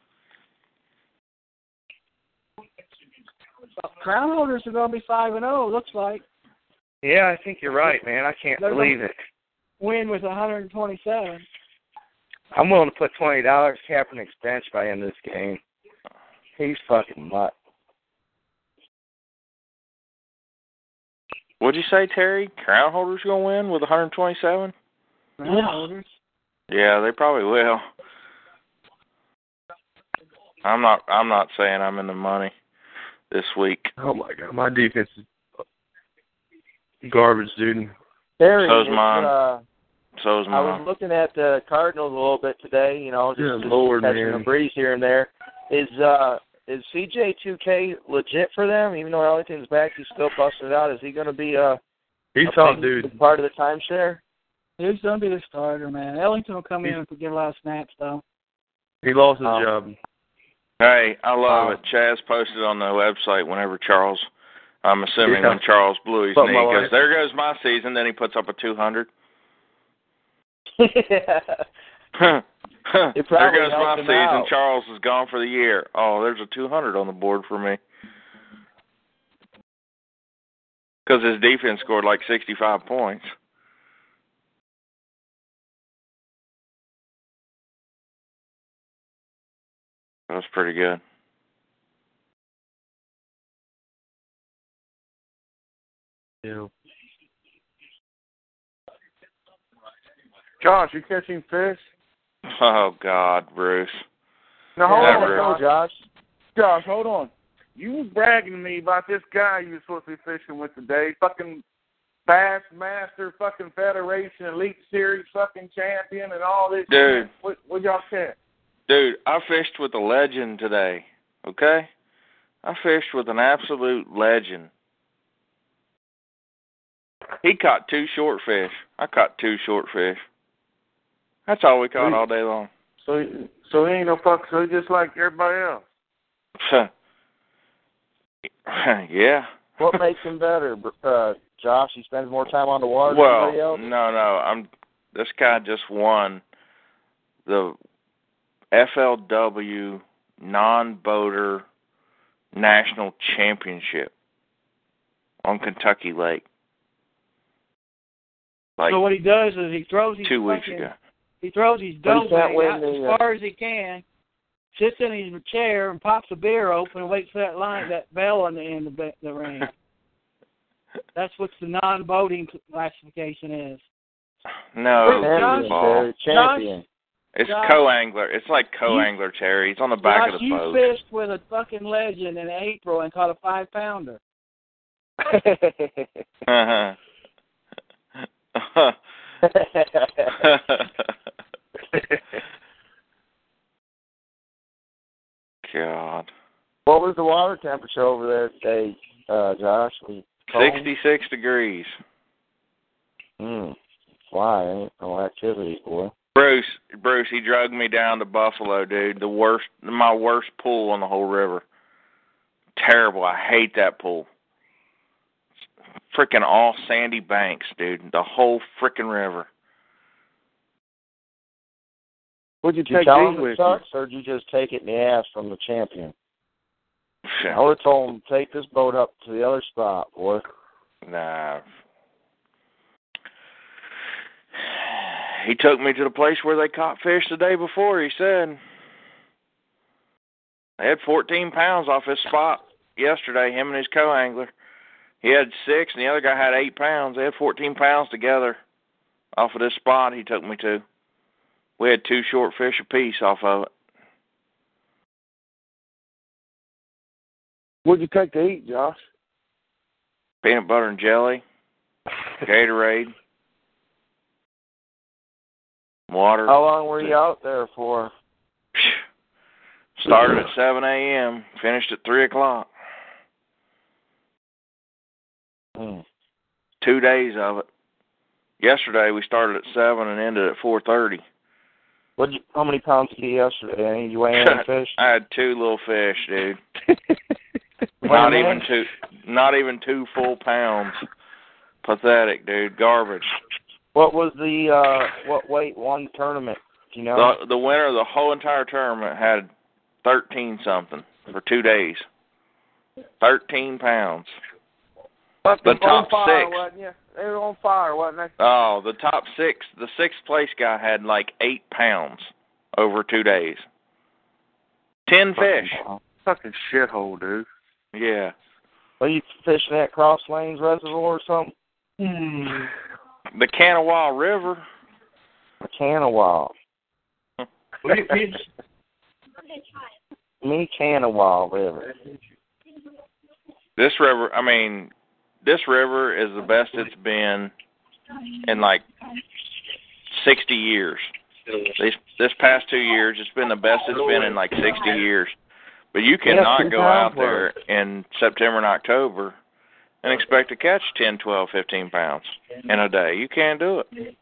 Crown holders are gonna be five and zero. Looks like yeah, I think you're right, man. I can't They're believe it. win with 127. I'm willing to put twenty dollars Kaepernick's bench by end of this game. He's fucking mutt. What'd you say, Terry? Crown holders gonna win with 127? Crown holders. Yeah, they probably will. I'm not. I'm not saying I'm in the money this week. Oh my god, my defense is garbage, dude. Terry, So's it's, mine. Uh, So is I was mine. looking at the Cardinals a little bit today, you know, just, Good just Lord, catching man. a breeze here and there. Is uh is CJ two K legit for them? Even though Ellington's back, he's still busted out. Is he gonna be uh He's a top big dude. part of the timeshare? He's gonna be the starter, man. Ellington will come in and get a lot of snaps though. He lost his Oh. job. Hey, I love Wow. it. Chaz posted on the website whenever Charles. I'm assuming Yeah. when Charles blew his But knee, my he goes, wife- "There goes my season." Then he puts up a [LAUGHS] 200. [LAUGHS] there It goes probably my helped him season. out. Charles is gone for the year. Oh, there's a 200 on the board for me. Because his defense scored like 65 points. That was pretty good. [LAUGHS] Yeah. Josh, you catching fish? Oh God, Bruce. Now hold Yeah, on, bro. Josh. Josh. Josh, hold on. You was bragging to me about this guy you were supposed to be fishing with today. Fucking past master fucking federation elite series fucking champion and all this Dude. shit. What, what y'all saying? Dude, I fished with a legend today. Okay? I fished with an absolute legend. He caught two short fish. I caught two short fish. That's all we caught all day long. [LAUGHS] So so he ain't no fuck. So he just like everybody else. yeah. What makes him better, br- uh, Josh? He spends more time on the water than well, anybody else. no, no. I'm this guy just won the FLW non-boater national championship on Kentucky Lake. Like so what he does is he throws his two weeks fucking- ago. He throws his But dough he can't win out as the, uh, far as he can, sits in his chair and pops a beer open and waits for that line, that bell on the end of the, the ring. That's what the non-boating classification is. [LAUGHS] No, Champion, ball. Terry, champion. it's Josh- co-angler. It's like co-angler Terry. He's on the back Josh, of the you boat. fished with a fucking legend in April and caught a five pounder. Uh-huh. [LAUGHS] [LAUGHS] God. [LAUGHS] what was the water temperature over there today, uh, Josh? Was it cold? 66 degrees. Mm. Why? Ain't no activity, boy. Bruce, Bruce, he dragged me down to Buffalo, dude. The worst, my worst pool on the whole river. Terrible. I hate that pool. Freaking all sandy banks, dude. The whole freaking river. Would Did you tell him it sucks, or did you just take it in the ass from the champion? I would have told him take this boat up to the other spot, boy. Nah. He took me to the place where they caught fish the day before, he said. They had 14 pounds off his spot yesterday, him and his co angler. He had six, and the other guy had eight pounds. They had 14 pounds together off of this spot he took me to. We had two short fish apiece off of it. What'd you take to eat, Josh? Peanut butter and jelly, Gatorade, water. Oh, How long were you out there for? Started at 7 a.m., finished at 3 o'clock. Mm. Two days of it. Yesterday we started at 7 and ended at 4.30. What? You, how many pounds did you eat yesterday? Any- You weigh [LAUGHS] any fish? I had two little fish, dude. Wait a Not minute. even two, not even two full pounds. Pathetic, dude. Garbage. What was the uh what weight one tournament? Do you know? The, the winner of the whole entire tournament had 13 something for two days. 13 pounds. Fucking top on fire, six. wasn't you? They were on fire, wasn't they? Oh, the top six, the sixth place guy had like eight pounds over two days. Ten fish. Fucking shithole, dude. Yeah. Were you fishing at Cross Lanes Reservoir or something? Hmm. The Kanawha River. A can of wild. Me can of wild river. This river, I mean, this river is the best it's been in like 60 years. This this past two years, it's been the best it's been in like 60 years. But you cannot go out there in September and October and expect to catch 10, 12, 15 pounds in a day. You can't do it.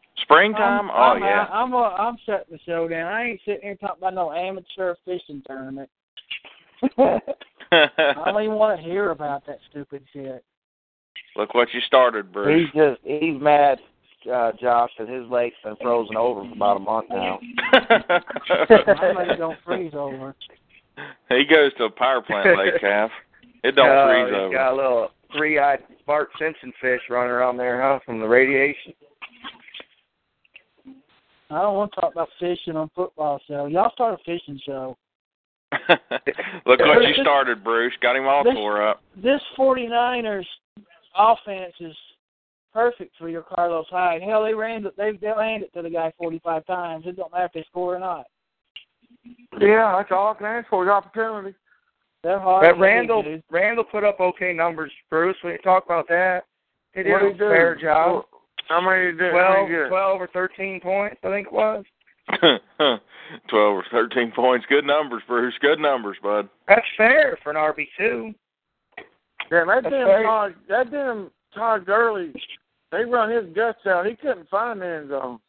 I'm, Springtime, oh I'm, yeah. I'm, I'm, shutting the show down. I ain't sitting here talking about no amateur fishing tournament. [LAUGHS] [LAUGHS] I don't even want to hear about that stupid shit. Look what you started, He's Bruce. just he's mad, uh, Josh, that his lake's been frozen over for about a month now. [LAUGHS] My money don't freeze over. he goes to a power [LAUGHS] plant lake calf. It don't Oh, freeze he's over. [LAUGHS] got A little three-eyed Bart Simpson fish running around there, huh? From the radiation. I don't want to talk about fishing on football show. Y'all start a fishing show. Look what you started, Bruce. Got him all This- tore up. This 49ers offense is perfect for your Carlos Hyde. Hell, they ran it. They they ran it to the guy 45 times. It don't matter if they score or not. Yeah, that's all I can ask for is opportunity. They're hard. But to beat, Randall, dude. Randall put up okay numbers. Bruce, when you talk about that, It What'd is he a do? fair job. How many did how Twelve, many did? twelve or 13 points, I think it was. [LAUGHS] Twelve or thirteen points. Good numbers, Bruce. Good numbers, bud. That's fair for an RB2. Damn, that That's damn fair. Todd, that damn Todd Gurley, they run his guts out. He couldn't find the end zone.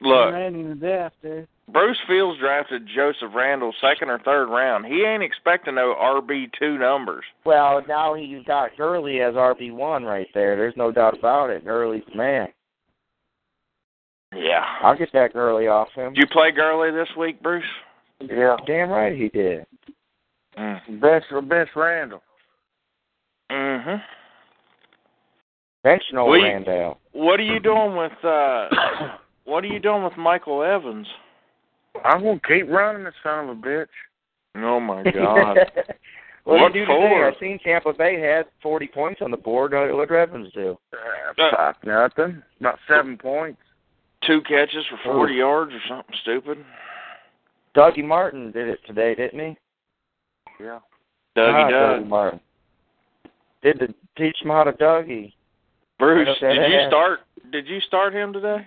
Look, ran him to death, dude. Bruce Fields drafted Joseph Randall second or third round. He ain't expecting no RB two numbers. Well, now he's got Gurley as RB one right there. There's no doubt about it. Gurley's the man. Yeah. I'll get that Gurley off him. Did you play Gurley this week, Bruce? Yeah, Damn right he did. Mm. bench bench Randall. Mhm. Conventional [COUGHS] We- Randall. What are you doing with uh what are you doing with Michael Evans? I'm gonna keep running this son of a [LAUGHS] bitch. Oh my god. what What do you do for? today? I seen Tampa Bay had 40 points on the board. Uh, What did Evans do? Uh, Uh, fuck nothing. About seven points. [LAUGHS] Two catches for forty yards or something stupid. Dougie Martin did it today, didn't he? Yeah. Ah, Dougie Doug. Dougie Martin. Did the teach him how to Dougie? Bruce, Okay. [LAUGHS] did you start did you start him today?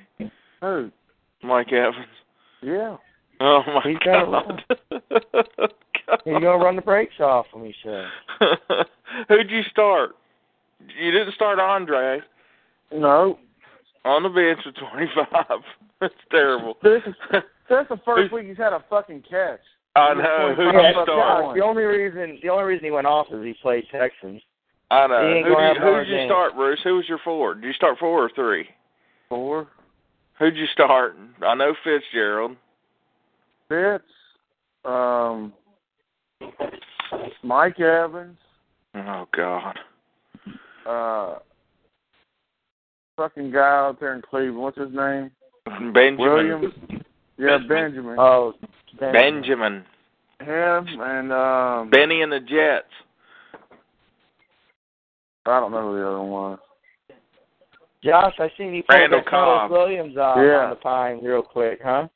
Who? Mike Evans. Yeah. Oh my He's got a god. [LAUGHS] He's gonna run the brakes off him. He said. Who'd you start? You didn't start Andre No. on the bench with twenty five. [LAUGHS] That's [LAUGHS] terrible. This is that's the first week he's had a fucking catch. [LAUGHS] I know who Yeah, you but start. God. The only reason the only reason he went off is he played Texans. I He know. ain't Who gonna did, have who another did you game. start, Bruce? Who was your four? Did you start four or three? Four. Who'd you start? I know Fitzgerald. Fitz. Um Mike Evans. Oh God. Uh fucking guy out there in Cleveland. What's his name? Benjamin. Williams. Yeah, Benjamin. Oh, Ben. Benjamin. Him and um Benny and the Jets. I don't know who the other one was. Josh, I seen you pulled Randall that Carlos Cobb. Williams off Yeah. on the pine real quick, huh?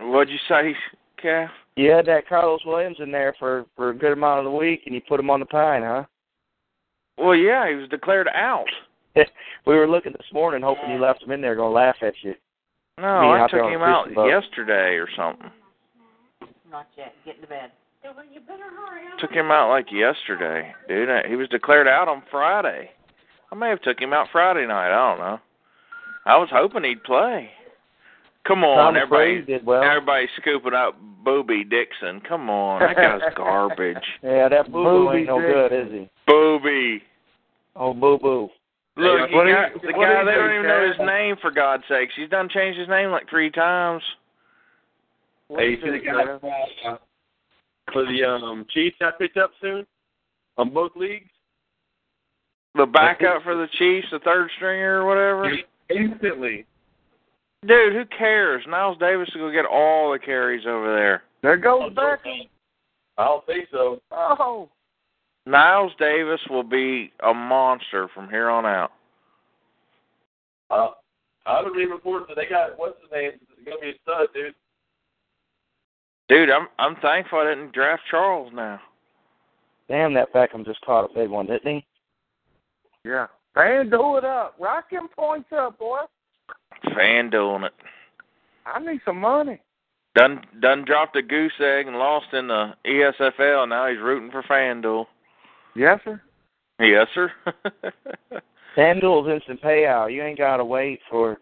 What'd you say, Calf? You had that Carlos Williams in there for for a good amount of the week, and you put him on the pine, huh? Well, yeah, he was declared out. we were looking this morning, hoping you left him in there, gonna laugh at you. No, Me, I out there took on him the out fishing boat. yesterday or something. Not yet. Get to bed. Took him out like yesterday, dude. I- He was declared out on Friday. I may have took him out Friday night. I don't know. I was hoping he'd play. Come on, Tom everybody. Brady did well. Everybody's scooping up Booby Dixon. Come [LAUGHS] on, that guy's garbage. Yeah, that boo boo Booby ain't no Dick. good, is he? Booby. Oh, boo boo. Look, What he is- got, the what guy, is they it, don't even know Chad? his name, for God's sakes. He's done changed his name like three times. What Hey, you is see the it, guy Uh, Jeff? for the um, Chiefs I picked up soon on both leagues? The backup for the Chiefs, the third stringer or whatever. Instantly. Dude, who cares? Niles Davis is going to get all the carries over there. There goes Beckham. I don't think so. Oh. Niles Davis will be a monster from here on out. Uh, I've been reading reports that they got what's his name? It's gonna be a stud, dude. Dude, I'm I'm thankful I didn't draft Charles now. Damn, that Beckham just caught a big one, didn't he? Yeah. Man, do it up. Rock them points up, boy. Fan doing it. I need some money. Done done dropped a goose egg and lost in the E ESFL. Now he's rooting for FanDuel. Yes, sir. Yes, sir. FanDuel's instant payout. You ain't gotta wait for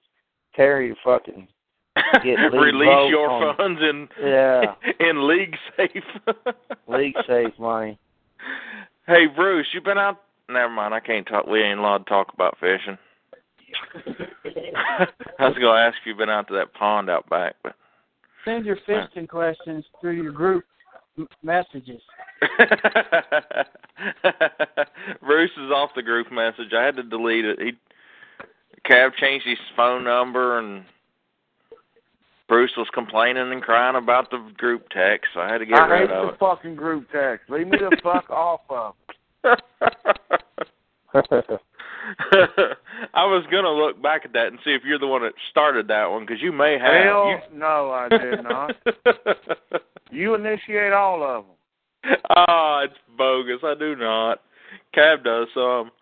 Terry to fucking [LAUGHS] [LAUGHS] Get league vote Release your on- funds in [LAUGHS] yeah, [LAUGHS] in league safe. [LAUGHS] league safe money. Hey Bruce, you been out? Never mind. I can't talk. We ain't allowed to talk about fishing. [LAUGHS] I was gonna ask if you've been out to that pond out back, but Send your fishing questions through your group m- messages. [LAUGHS] Bruce is off the group message. I had to delete it. He Cab changed his phone number and Bruce was complaining and crying about the group text. So I had to get I hate rid the of fucking group text. Leave me the [LAUGHS] fuck off of. it. [LAUGHS] I was gonna look back at that and see if you're the one that started that one because you may have. Hell, You- no, I did not. [LAUGHS] You initiate all of them. Ah, it's bogus. I do not. Cab does some.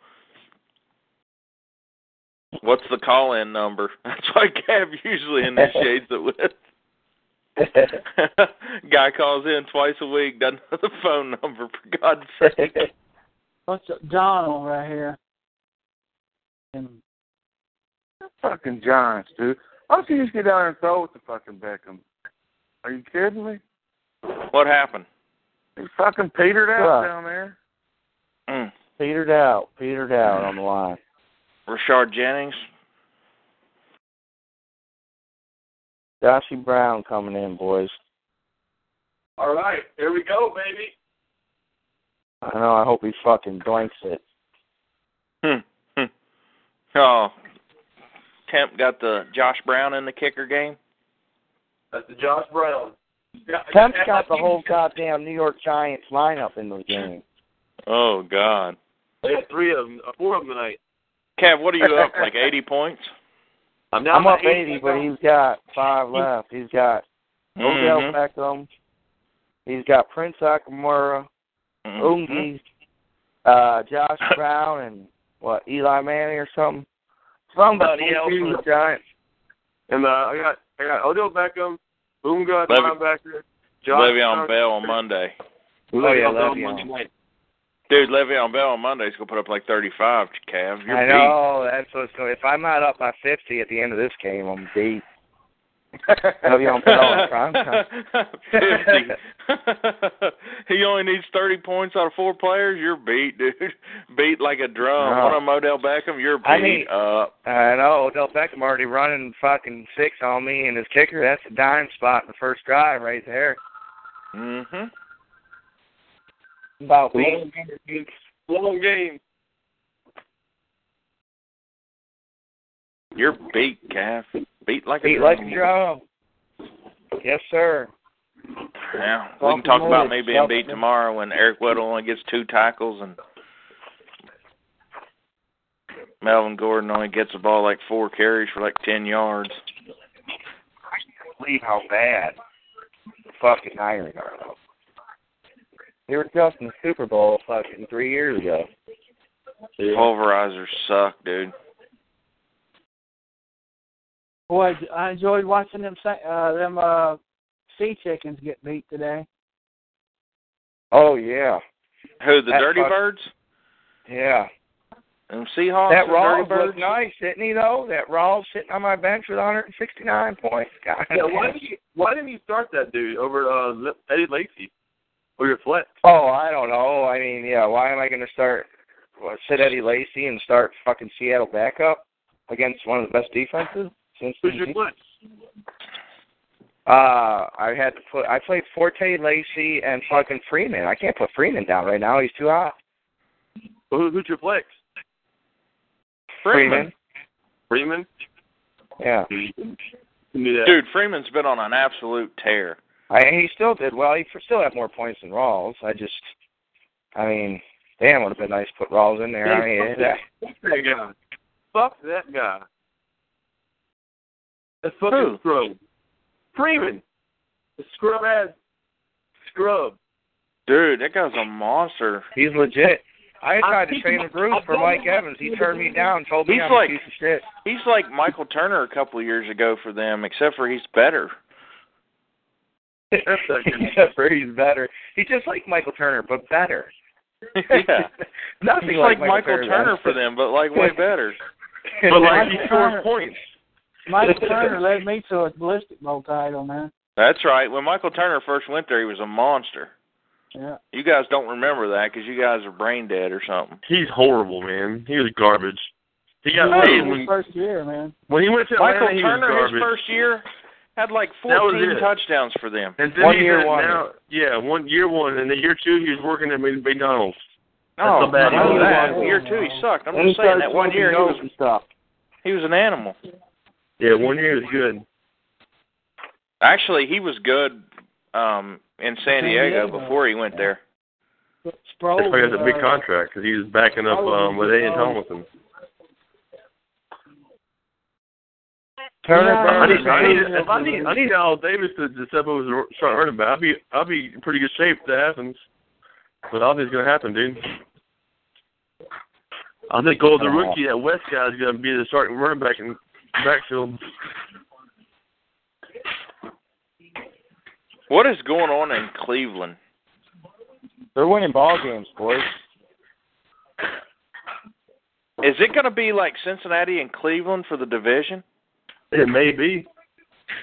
What's the call in number? [LAUGHS] That's what Gav usually initiates it with. [LAUGHS] Guy calls in twice a week, doesn't know the phone number, for God's sake. What's up, Donald right here? And Fucking Giants, dude. Why don't you just get down there and throw with the fucking Beckham? Are you kidding me? What happened? He fucking petered out Right. down there. Mm. Petered out, petered out on the line. Rashard Jennings? Joshy Brown coming in, boys. All right, here we go, baby. I know. I hope he fucking blanks it. Hmm. Hmm. Oh. Temp got the Josh Brown in the kicker game? That's the Josh Brown. Temp's got the whole goddamn New York Giants lineup in the [LAUGHS] game. Oh, God. They had three of them, four of them tonight. Cav, what are you up? Like 80 points? I'm, I'm up 80, but he's got five left. He's got Odell Mm-hmm. Mhm. Beckham. He's got Prince Akamura, Mhm. Ungi, uh, Josh Brown, and what Eli Manning or something. Somebody else from the Giants. And uh, I got I got Odell Beckham, Boomga at Levy- linebacker, Josh Le'Veon Brown- Bell on Monday. Oh, yeah, Le'Veon Bell Le'Veon. Monday night. Dude, Le'Veon Bell on Monday's going to put up like 35, Cav. You're I know. That's what's going. If I'm not up by 50 at the end of this game, I'm beat. Le'Veon Bell [LAUGHS] on prime time. Fifty. [LAUGHS] he only needs thirty points out of four players. You're beat, dude. [LAUGHS] Beat like a drum. No. One of Modell Beckham. You're beat I need- up. I know Odell Beckham already running fucking six on me, and his kicker. That's a dime spot in the first drive right there. Mm-hmm. About beat. Long game. Long game. You're beat, Cav. Beat like a Beat drum. like a drum. Yes, sir. Yeah, we can talk Baltimore about is me being beat Baltimore. tomorrow when Eric Weddle only gets two tackles and Melvin Gordon only gets the ball like four carries for like ten yards. believe how bad the fucking Irons are, though. They were just in the Super Bowl fucking three years ago. Pulverizers suck, dude. boy, I enjoyed watching them sa- uh, them uh, sea chickens get beat today. Oh yeah, Who the That Dirty fuck- Birds? yeah. Them Oh, Seahawks? that the Dirty Rawls Birds? looked nice, didn't he? Though that Rawls sitting on my bench with 169 points. [LAUGHS] God, Yeah, why did you why didn't you start that dude over uh, Le- Eddie Lacy or your flex? Oh, I don't know. I mean, yeah. Why am I going to start what, sit Eddie Lacy and start fucking Seattle backup against one of the best defenses? Since Who's your flex? Uh, I had to put. I played Forte, Lacey, and fucking Freeman. I can't put Freeman down right now. He's too hot. Who, who's your flex? Freeman. Freeman. Yeah. You knew that. Dude, Freeman's been on an absolute tear. I he still did well. He f- still had more points than Rawls. I just, I mean, damn, would have been nice to put Rawls in there. I Hey, mean, fuck that, Fuck that guy. Fuck that guy. That's fucking Who? scrub. Freeman. The scrub ass scrub. Dude, that guy's a monster. [LAUGHS] he's legit. I tried to thinking- trade a Bruce for Mike Evans. He turned me down. Told me He's I'm like- a piece of shit. He's like Michael Turner a couple of years ago for them, except for he's better. [LAUGHS] [LAUGHS] That's not good. Except for he's better. He's just like Michael Turner, but better. yeah. [LAUGHS] Nothing He's like Michael Turner that's- for them, but like [LAUGHS] way better. But like Michael he Turner. scores points. [LAUGHS] Michael Turner led me to a ballistic bowl title, man. That's right. When Michael Turner first went there, he was a monster. Yeah. You guys don't remember that because you guys are brain dead or something. He's horrible, man. He was garbage. He got That paid was his when, first year, man. when he went to Atlanta. Michael he Turner, was his garbage. first year, had like That was 14 it. touchdowns for them. and then One he year did one. Now, yeah, one year one, and then year two he was working at McDonald's. That's Oh, so bad. I know that. Yeah. Year two, he sucked. I'm And he just saying started that one smoking year he dope was and stuff. he was an animal. Yeah, one year was good. Actually, he was good um in San Diego before he went there. Sproles, That's why he has a big uh, contract because he was backing up um, with Aiden Tomlinson. Turner Yeah. I Burns. need, [LAUGHS] I need, if I need, I need Al Davis to Giuseppe to start running back. I'll be, I'll be in pretty good shape if that happens. But obviously, it's gonna happen, dude. I think all the rookie that West guy is going to be the starting running back in backfield. What is going on in Cleveland? They're winning ball games, boys. Is it going to be like Cincinnati and Cleveland for the division? It may be.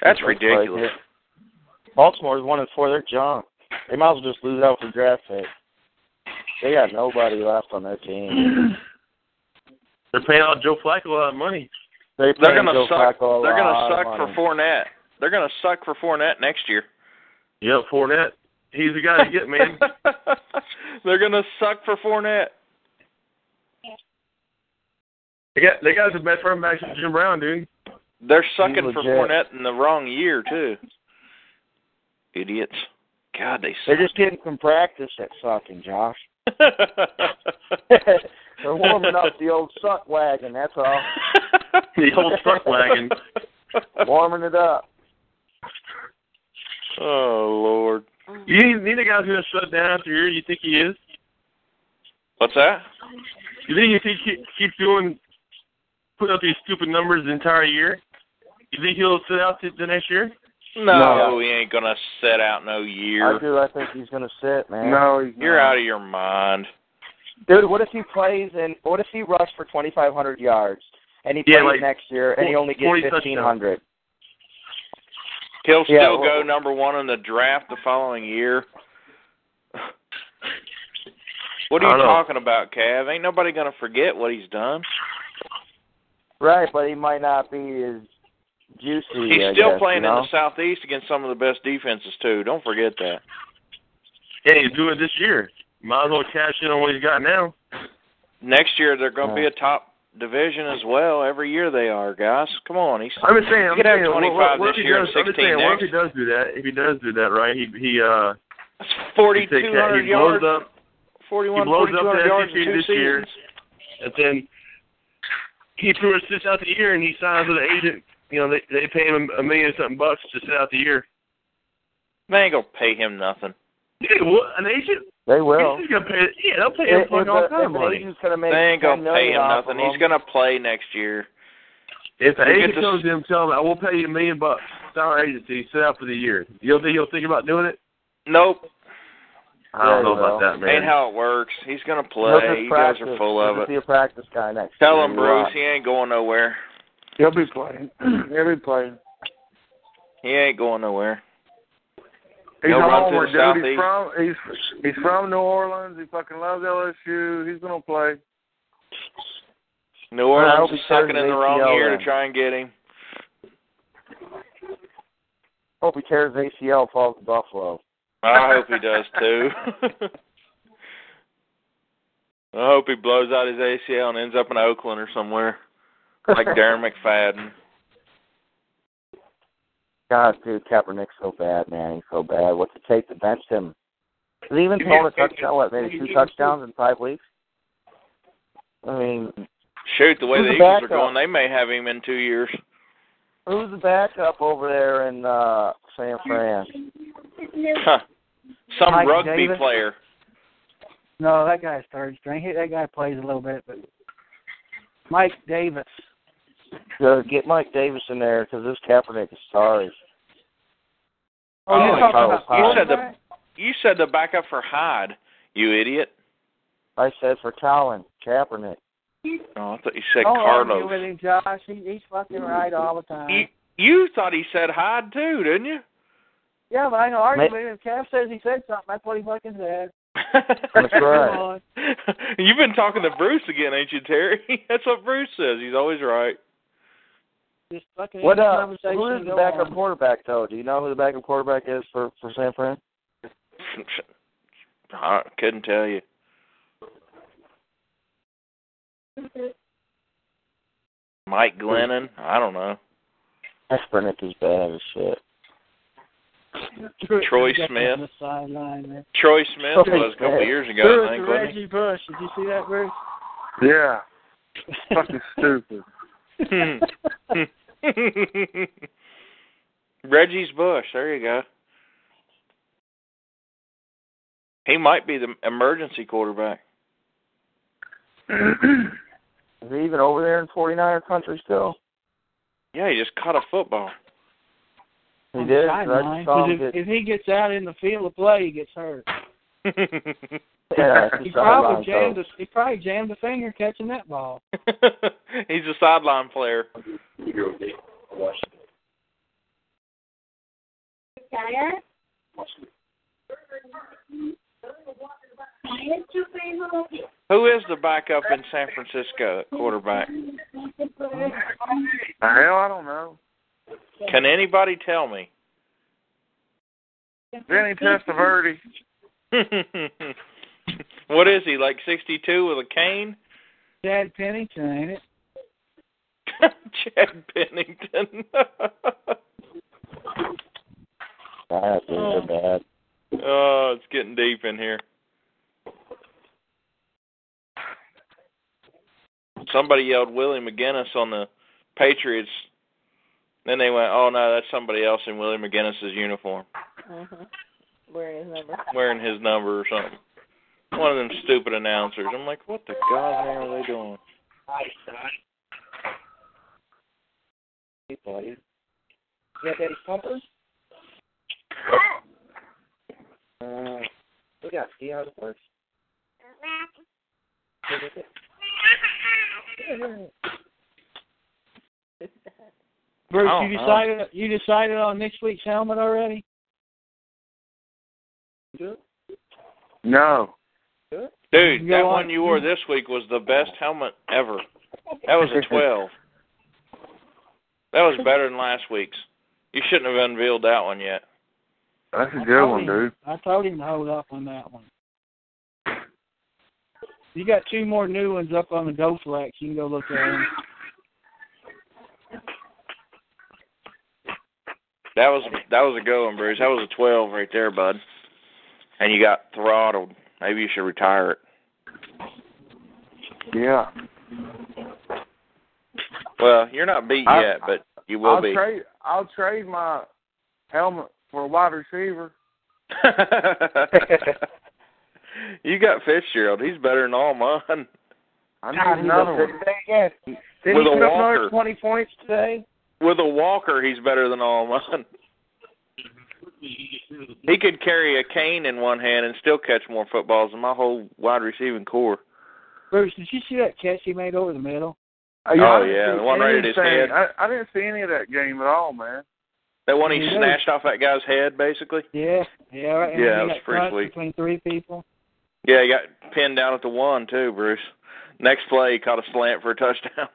That's Looks like ridiculous. it. Baltimore's one and four. They're junk. They might as well just lose out for draft pick. They got nobody left on their team. They're paying out Joe Flacco a lot of money. They They're paying going to Joe suck. Flacco a They're lot going of to suck for money. Fournette. They're going to suck for Fournette next [LAUGHS] year. Yep, Fournette. He's the guy to get, [LAUGHS] man. [LAUGHS] They're going to suck for Fournette. They got they got the best running back since Jim Brown, dude. They're sucking for legit. Fournette in the wrong year too. Idiots. God, they They're suck. just getting some practice at sucking, Josh. [LAUGHS] [LAUGHS] They're warming up the old suck wagon. That's all. The old truck wagon. Warming it up. Oh Lord. You need a guy who's going to shut down after here. You think he is? What's that? You think if he keep, keeps doing, putting up these stupid numbers the entire year, you think he'll sit out to the next year? No, No. he ain't gonna set out no year. I do. I think he's gonna sit, man. No, he's You're not. out of your mind. Dude, what if he plays and what if he rushed for 2,500 yards and he Yeah, plays like, next year and he only gets 40 touchdowns. 1,500? He'll still Yeah, go well- number one in the draft the following year. What are I you don't know. talking about, Cav? Ain't nobody gonna forget what he's done. Right, but he might not be as juicy. He's I still guess, playing you know? in the southeast against some of the best defenses too. Don't forget that. Yeah, he's doing it this year. Might as well cash in on what he's got now. Next year they're gonna be Yeah. a top division as well. Every year they are, guys. Come on, he's I'm just saying. I'm He could have saying, what- what, 25 what this if he year does, and I'm just saying, 16 what if he does do that? If he does do that, right? He he uh that's forty he, take two that, hundred he blows yards. up, Forty he one, blows forty up two the hundred yards in SEC two this seasons. year, and then he pretty much sits out the year, and he signs with an agent. You know, they they pay him a million something bucks to sit out the year. [LAUGHS] They ain't gonna pay him nothing. Dude, what an agent? They will. He's gonna pay. Yeah, they'll pay If- him if fucking the- all if kind of the money. agent's gonna They make ain't gonna 10 pay million him off nothing. of He's him. gonna play next year. If the They get agent to- comes to him, tell him, "I will pay you a million bucks, sign an agency, sit out for the year." You don't think he'll think about doing it? Nope, I don't Yeah, know he about will. that, man. ain't how it works. He's gonna He'll play. just You guys practice. are full of He'll just it. Be a practice guy next. Tell year. him, You're Bruce, right. he ain't going nowhere. He'll be playing. [CLEARS THROAT] He'll be playing. He ain't going nowhere. He's He'll run home through with the dude. He's from he's he's from New Orleans. He fucking loves LSU. He's gonna play. New Well, I Orleans hope is he tears sucking his in the wrong ACL year to then. try and get him. Hope he tears ACL, falls to Buffalo. I hope he does too. [LAUGHS] I hope he blows out his ACL and ends up in Oakland or somewhere, [LAUGHS] like Darren McFadden. God, dude, Kaepernick's so bad, man. He's so bad. What's it take to bench him? Did he even Yeah, throw a it- it- touchdown? What, maybe two it- touchdowns in five weeks? I mean, Shoot, the way Who's the the Eagles are backup? going, they may have him in two years. who's the backup over there in uh San Fran? Huh. [LAUGHS] Some Mike rugby Davis? player. No, that guy's third string. He, that guy plays a little bit, but Mike Davis. So get Mike Davis in there because this Kaepernick is sorry. Oh, you're you talking Charles about Hyde. You said the you said the backup for Hyde. You idiot. I said for Colin Kaepernick. Oh, I thought you said Don't argue Carlos. Mm-hmm. with him, Josh. He, he's fucking right all the time. You you thought he said Hyde too, didn't you? yeah, but I can argue Ma- with him. Cav says he said something. That's what he fucking said. [LAUGHS] That's Come right. on. [LAUGHS] You've been talking to Bruce again, ain't you, Terry? [LAUGHS] That's what Bruce says. He's always right. [LAUGHS] Just fucking What any uh? conversation Who is the go backup on. quarterback though? Do you know who the backup quarterback is for for San Fran? I couldn't tell you. Mike Glennon. I don't know. Kaepernick is bad as shit. Troy He's up Smith. on the sideline there. Troy Smith was a couple Sorry. years ago, Bruce, I think, wasn't he? Reggie Bush. Did you see that, Bruce? Yeah. [LAUGHS] [LAUGHS] Fucking stupid. [LAUGHS] Reggie's Bush. There you go. He might be the emergency quarterback. Is he even over there in 49er country [LAUGHS] still? Yeah, he just caught a football. [LAUGHS] He on the did. 'cause I sideline, just saw 'cause him if, get, if he gets out in the field of play, he gets [LAUGHS] hurt. yeah, it's He the probably sideline, jammed. so- A, he probably jammed a finger catching that ball. He's a sideline player. Daya? Daya, you play home? Who is the backup in San Francisco at quarterback? The hell, I don't know. Can anybody tell me? Vinny Testaverde. [LAUGHS] what is he like? Sixty-two with a cane? [LAUGHS] Chad Pennington, ain't it? Chad Pennington. That's so bad. [LAUGHS] oh, it's getting deep in here. Somebody yelled Willie McGinnis on the Patriots. Then they went, "Oh no, that's somebody else in Willie McGinnis's uniform." Mhm. Where is number? Mm-hmm. wearing his number or something. One of them stupid announcers. I'm like, what the god man are they doing? He played. Is that Eddie Pumper? Uh, we got to see how this works. Bruce, Oh, you oh. decided you decided on next week's helmet already? No. Dude, You go that on. one you wore this week was the best helmet ever. That was [LAUGHS] a 12. That was better than last week's. You shouldn't have unveiled that one yet. That's I a good told one, him- dude. I told him to hold up on that one. You got two more new ones up on the GoFlex. You can go look at them. That was that was a good one, Bruce. That was a 12 right there, bud. And you got throttled. Maybe you should retire it. Yeah. Well, you're not beat I- yet, but you will I'll be. [LAUGHS] trade. I'll trade my helmet for a wide receiver. [LAUGHS] you got Fitzgerald. He's better than all mine. I need God, he's another up one. there today again. Did he With a put up another walker. 20 points today? With a walker, he's better than all mine. He could carry a cane in one hand and still catch more footballs than my whole wide receiving core. Bruce, did you see that catch he made over the middle? Oh Oh, yeah, the one right at his head. I, I didn't see any of that game at all, man. That one he Yeah. snatched off that guy's head, basically. Yeah, yeah, right. and Yeah, he it was got pretty caught sweet. Between three people. Yeah, he got pinned down at the one too, Bruce. Next play, he caught a slant for a touchdown.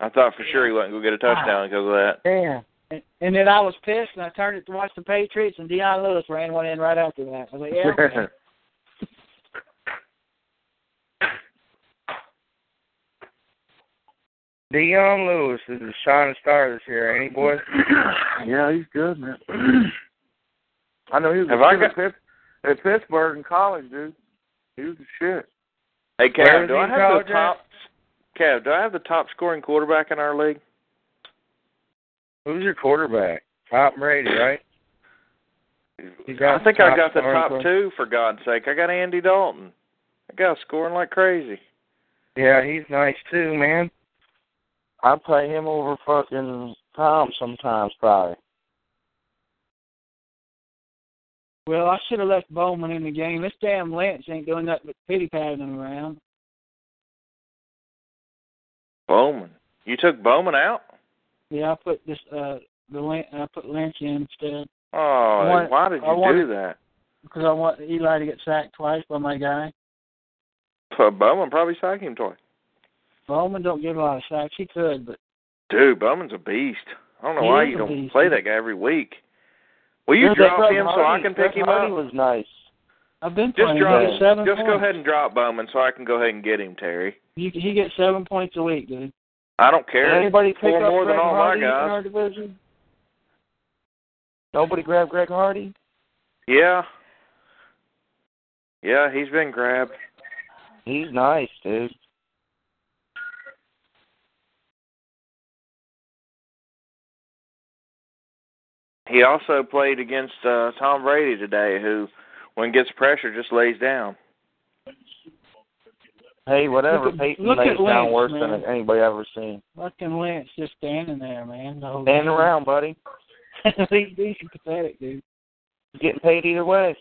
I thought for sure he wasn't gonna get a touchdown because of that. Damn. And, and then I was pissed, and I turned it to watch the Patriots, and Deion Lewis ran one in right after that. I was like, yeah. okay. [LAUGHS] Deion Lewis is a shining star this year, ain't he, boy? [LAUGHS] yeah, he's good, man. [CLEARS THROAT] I know he was Have a I kid at, Pitts, at Pittsburgh in college, dude. He was the shit. Hey, Where Cav, is do he I in have college the at? top? Cav, do I have the top scoring quarterback in our league? Who's your quarterback? Top Brady, right? You got I think I top got the scoring top quarter- two for God's sake. I got Andy Dalton. That guy's scoring like crazy. Yeah, he's nice too, man. I play him over fucking Tom sometimes, probably. Well, I should have left Bowman in the game. This damn Lynch ain't doing nothing but pity patting him around. Bowman, you took Bowman out? Yeah, I put this uh the Lynch, I put Lynch in instead Oh, I want- why did I you want- do that? because I want Eli to get sacked twice by my guy. P- Bowman probably sacked him twice. Bowman don't get a lot of sacks. He could, but Dude, Bowman's a beast. I don't know He why is you a don't beast. play that guy every week. Will you Dude, that drop Greg him so I Hardy- can Greg pick him Hardy up? was nice. I've been Just playing. drop. He gets seven Just go points. ahead and drop Bowman so I can go ahead and get him, Terry. You, he gets seven points a week, dude. I don't care. Did anybody pick Four up more than Greg all my Hardy in guys. our division? Nobody grabbed Greg Hardy? Yeah. Yeah, he's been grabbed. He's nice, dude. He also played against uh Tom Brady today who when gets pressure just lays down. Hey, whatever. Look at- Peyton look lays at Lance, down worse man. than anybody I've ever seen. Fucking Lance just standing there, man. The whole Standing time. [LAUGHS] around, buddy. These these are pathetic, dude. He's getting paid either way.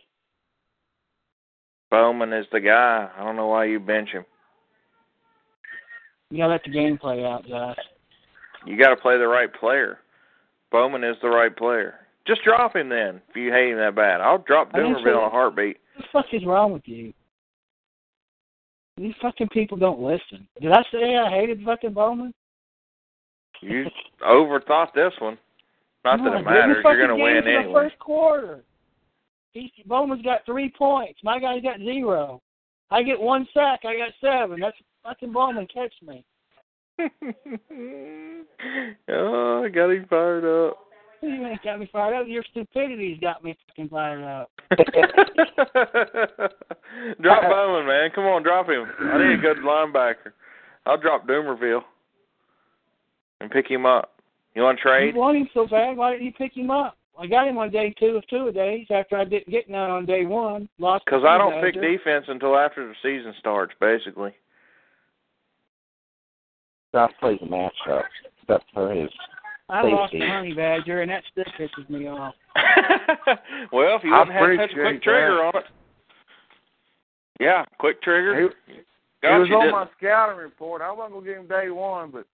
Bowman is the guy. I don't know why you bench him. You gotta let the game play out, guys. You got to play the right player. Bowman is the right player. Just drop him then if you hate him that bad. I'll drop I didn't say Doomerville in that. a heartbeat. What the fuck is wrong with you? You fucking people don't listen. Did I say I hated fucking Bowman? You overthought this one. Not that No, it matters. dude, You're going fucking to win games in The anyway. first [LAUGHS] quarter. He, Bowman's got three points. My guy's got zero. I get one sack. I got seven. That's fucking Bowman. Catch me. oh, I got him fired up. You ain't got me fired up. Your stupidity's got me fucking fired up. [LAUGHS] [LAUGHS] drop Bowman, man. Come on, drop him. I need a good linebacker. I'll drop Doomerville and pick him up. You want to trade? You want him so bad. Why didn't you pick him up? I got him on day two of two a days after I didn't get none on day one. Lost. Because to I don't pick Philadelphia. defense until after the season starts, [LAUGHS] basically. Stop playing matchups. Except for his. I lost safety. my honey badger, and that still pisses me off. [CLEARS THROAT] well, if you I wouldn't have such a appreciate quick trigger on it. Yeah, quick trigger. He, he God, was you on did. my scouting report. I wasn't gonna get him day one, but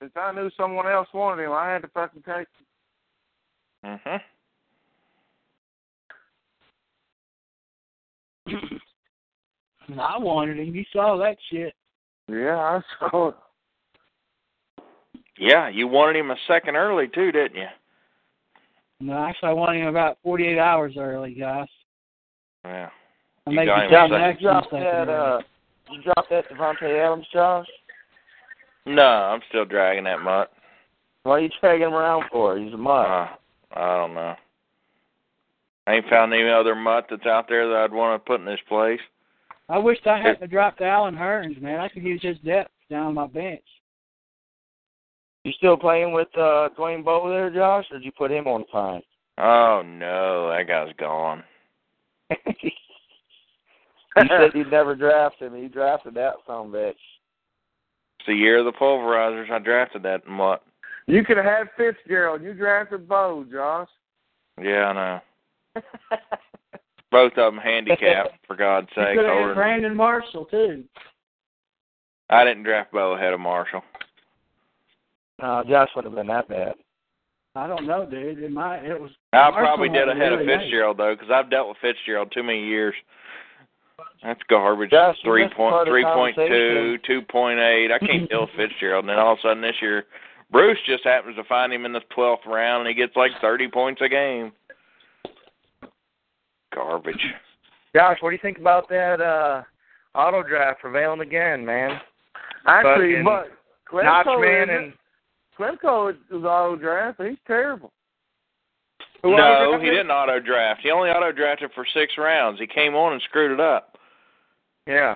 since I knew someone else wanted him, I had to fucking take. him. Mhm. I wanted him. You saw that shit. Yeah, I saw. It. Yeah, you wanted him a second early too, didn't you? No, actually, I wanted him about 48 hours early, guys. Yeah. I You make got the him John second. Maxey Drop second that. round. Uh, you drop that Devontae Adams, Josh. No, I'm still dragging that mutt. What are you dragging him around for? He's a mutt. Uh, I don't know. I ain't found any other mutt that's out there that I'd want to put in his place. I wished I hadn't have dropped Alan Hearns, man. I could use his depth down my bench. You still playing with uh Dwayne Bowe there, Josh, or did you put him on fine? [LAUGHS] Oh no, that guy's gone. you said you'd never draft him. You drafted that some bitch. It's the year of the pulverizers. I drafted that mutt. [LAUGHS] You could have had Fitzgerald. You drafted Bo, Josh. Yeah, I know. Both of them handicapped, [LAUGHS] for God's You sake. could have older had than- Brandon Marshall, too. I didn't draft Bo ahead of Marshall. No, Josh wouldn't have been that bad. I don't know, dude. It might. It was. I Marshall probably had did a ahead of really nice- Fitzgerald though, because I've dealt with Fitzgerald too many years. That's garbage. Josh, you three missed part point, of the three point conversation. two, two point eight. I [LAUGHS] can't deal with Fitzgerald. And then all of a sudden this year, Bruce just happens to find him in the twelfth round, and he gets like thirty points a game. Garbage. Josh, what do you think about that uh auto draft prevailing again, man? Actually, Fucking but Klemko Notchman isn't. and Klemko was auto draft. He's terrible. No, he didn't auto draft. He only auto drafted for six rounds. He came on and screwed it up. [LAUGHS] yeah.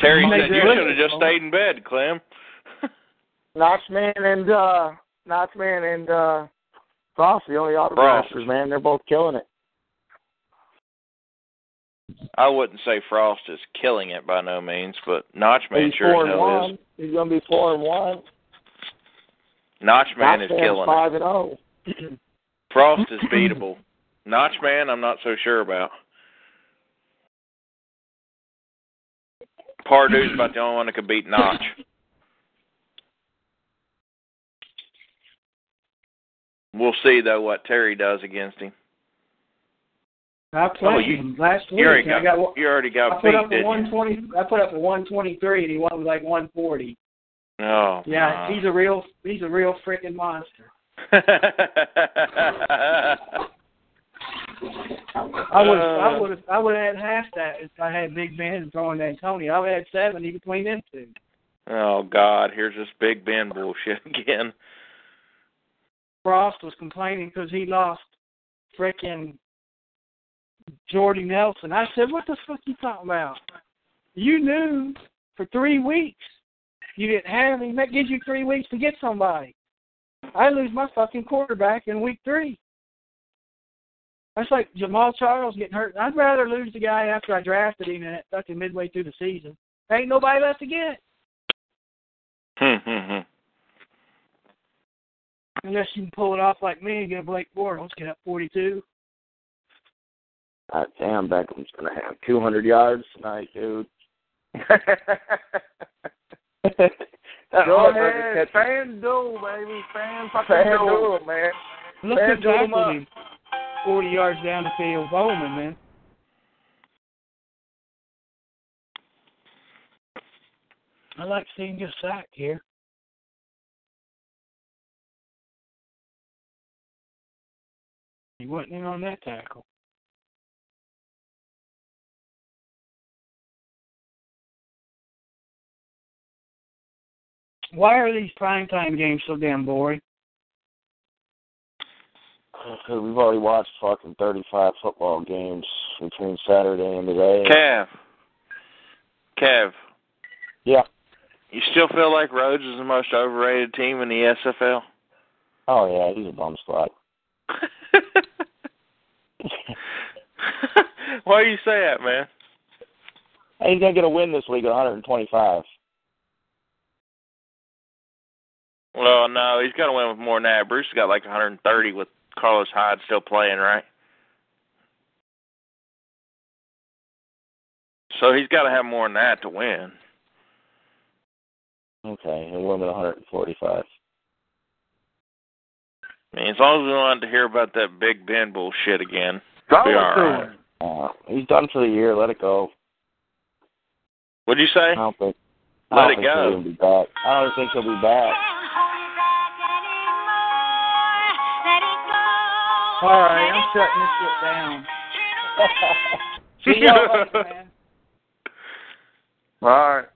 Terry They said you did. should have just stayed in bed, Clem. Notchman and uh Notchman and uh Frost, the only auto Frost. drafters, man. They're both killing it. I wouldn't say Frost is killing it by no means, but Notchman He's sure four as and hell one. is. He's gonna be four and one. Notchman Notchman's is killing it. five and oh. Frost is beatable. Notchman, I'm not so sure about. Pardue's about the only one that could beat Notch. We'll see though what Terry does against him. I played Oh, you- him last You already week. I got. got, you already I got put beat, up a didn't you? 120. I put up a 123, and he won with like 140. Oh, Yeah, my. he's a real. He's a real freaking monster. [LAUGHS] I would. I Uh. would. I would have had half that if I had Big Ben and throwing Antonio. I would have had seventy between them two. oh God, here's this Big Ben bullshit [LAUGHS] again. Frost was complaining because he lost frickin' Jordy Nelson. I said, "What the fuck you talking about? You knew for three weeks you didn't have him. That gives you three weeks to get somebody. I lose my fucking quarterback in week three. That's like Jamal Charles getting hurt. I'd rather lose the guy after I drafted him and fucking midway through the season Ain't nobody left to get Hmm, hmm, hmm. unless you can pull it off like me and get Blake Bortles get up 42. God damn, Beckham's gonna have 200 yards tonight, dude. Go ahead, fan do, baby, fan fucking Fan do, man. Look Man, who do 'em tackled up. him 40 yards down the field, Bowman, man. I like seeing you sacked here. He wasn't in on that tackle. Why are these primetime games so damn boring? Because we've already watched fucking 35 football Oh, games between Saturday and today. Kev. Kev. Yeah. You still feel like Rhodes is the most overrated team in the SFL? Oh yeah, he's a bum squad. [LAUGHS] [LAUGHS] Why do you say that, man? Hey, he's gonna get a win this week at 125. Well, no, he's got to win with more than that. Bruce has got like 130 with Carlos Hyde still playing, right? So he's got to have more than that to win. Okay, he'll win at 145. I mean, as long as we don't have to hear about that Big Ben bullshit again. Go Be to all right. him. Uh, he's done for the year. Let it go. What'd you say? I don't think. Let I it don't think go. He'll even be back. I don't think he'll be back. [LAUGHS] All right, I'm shutting this shit down. See y'all later, man. All right.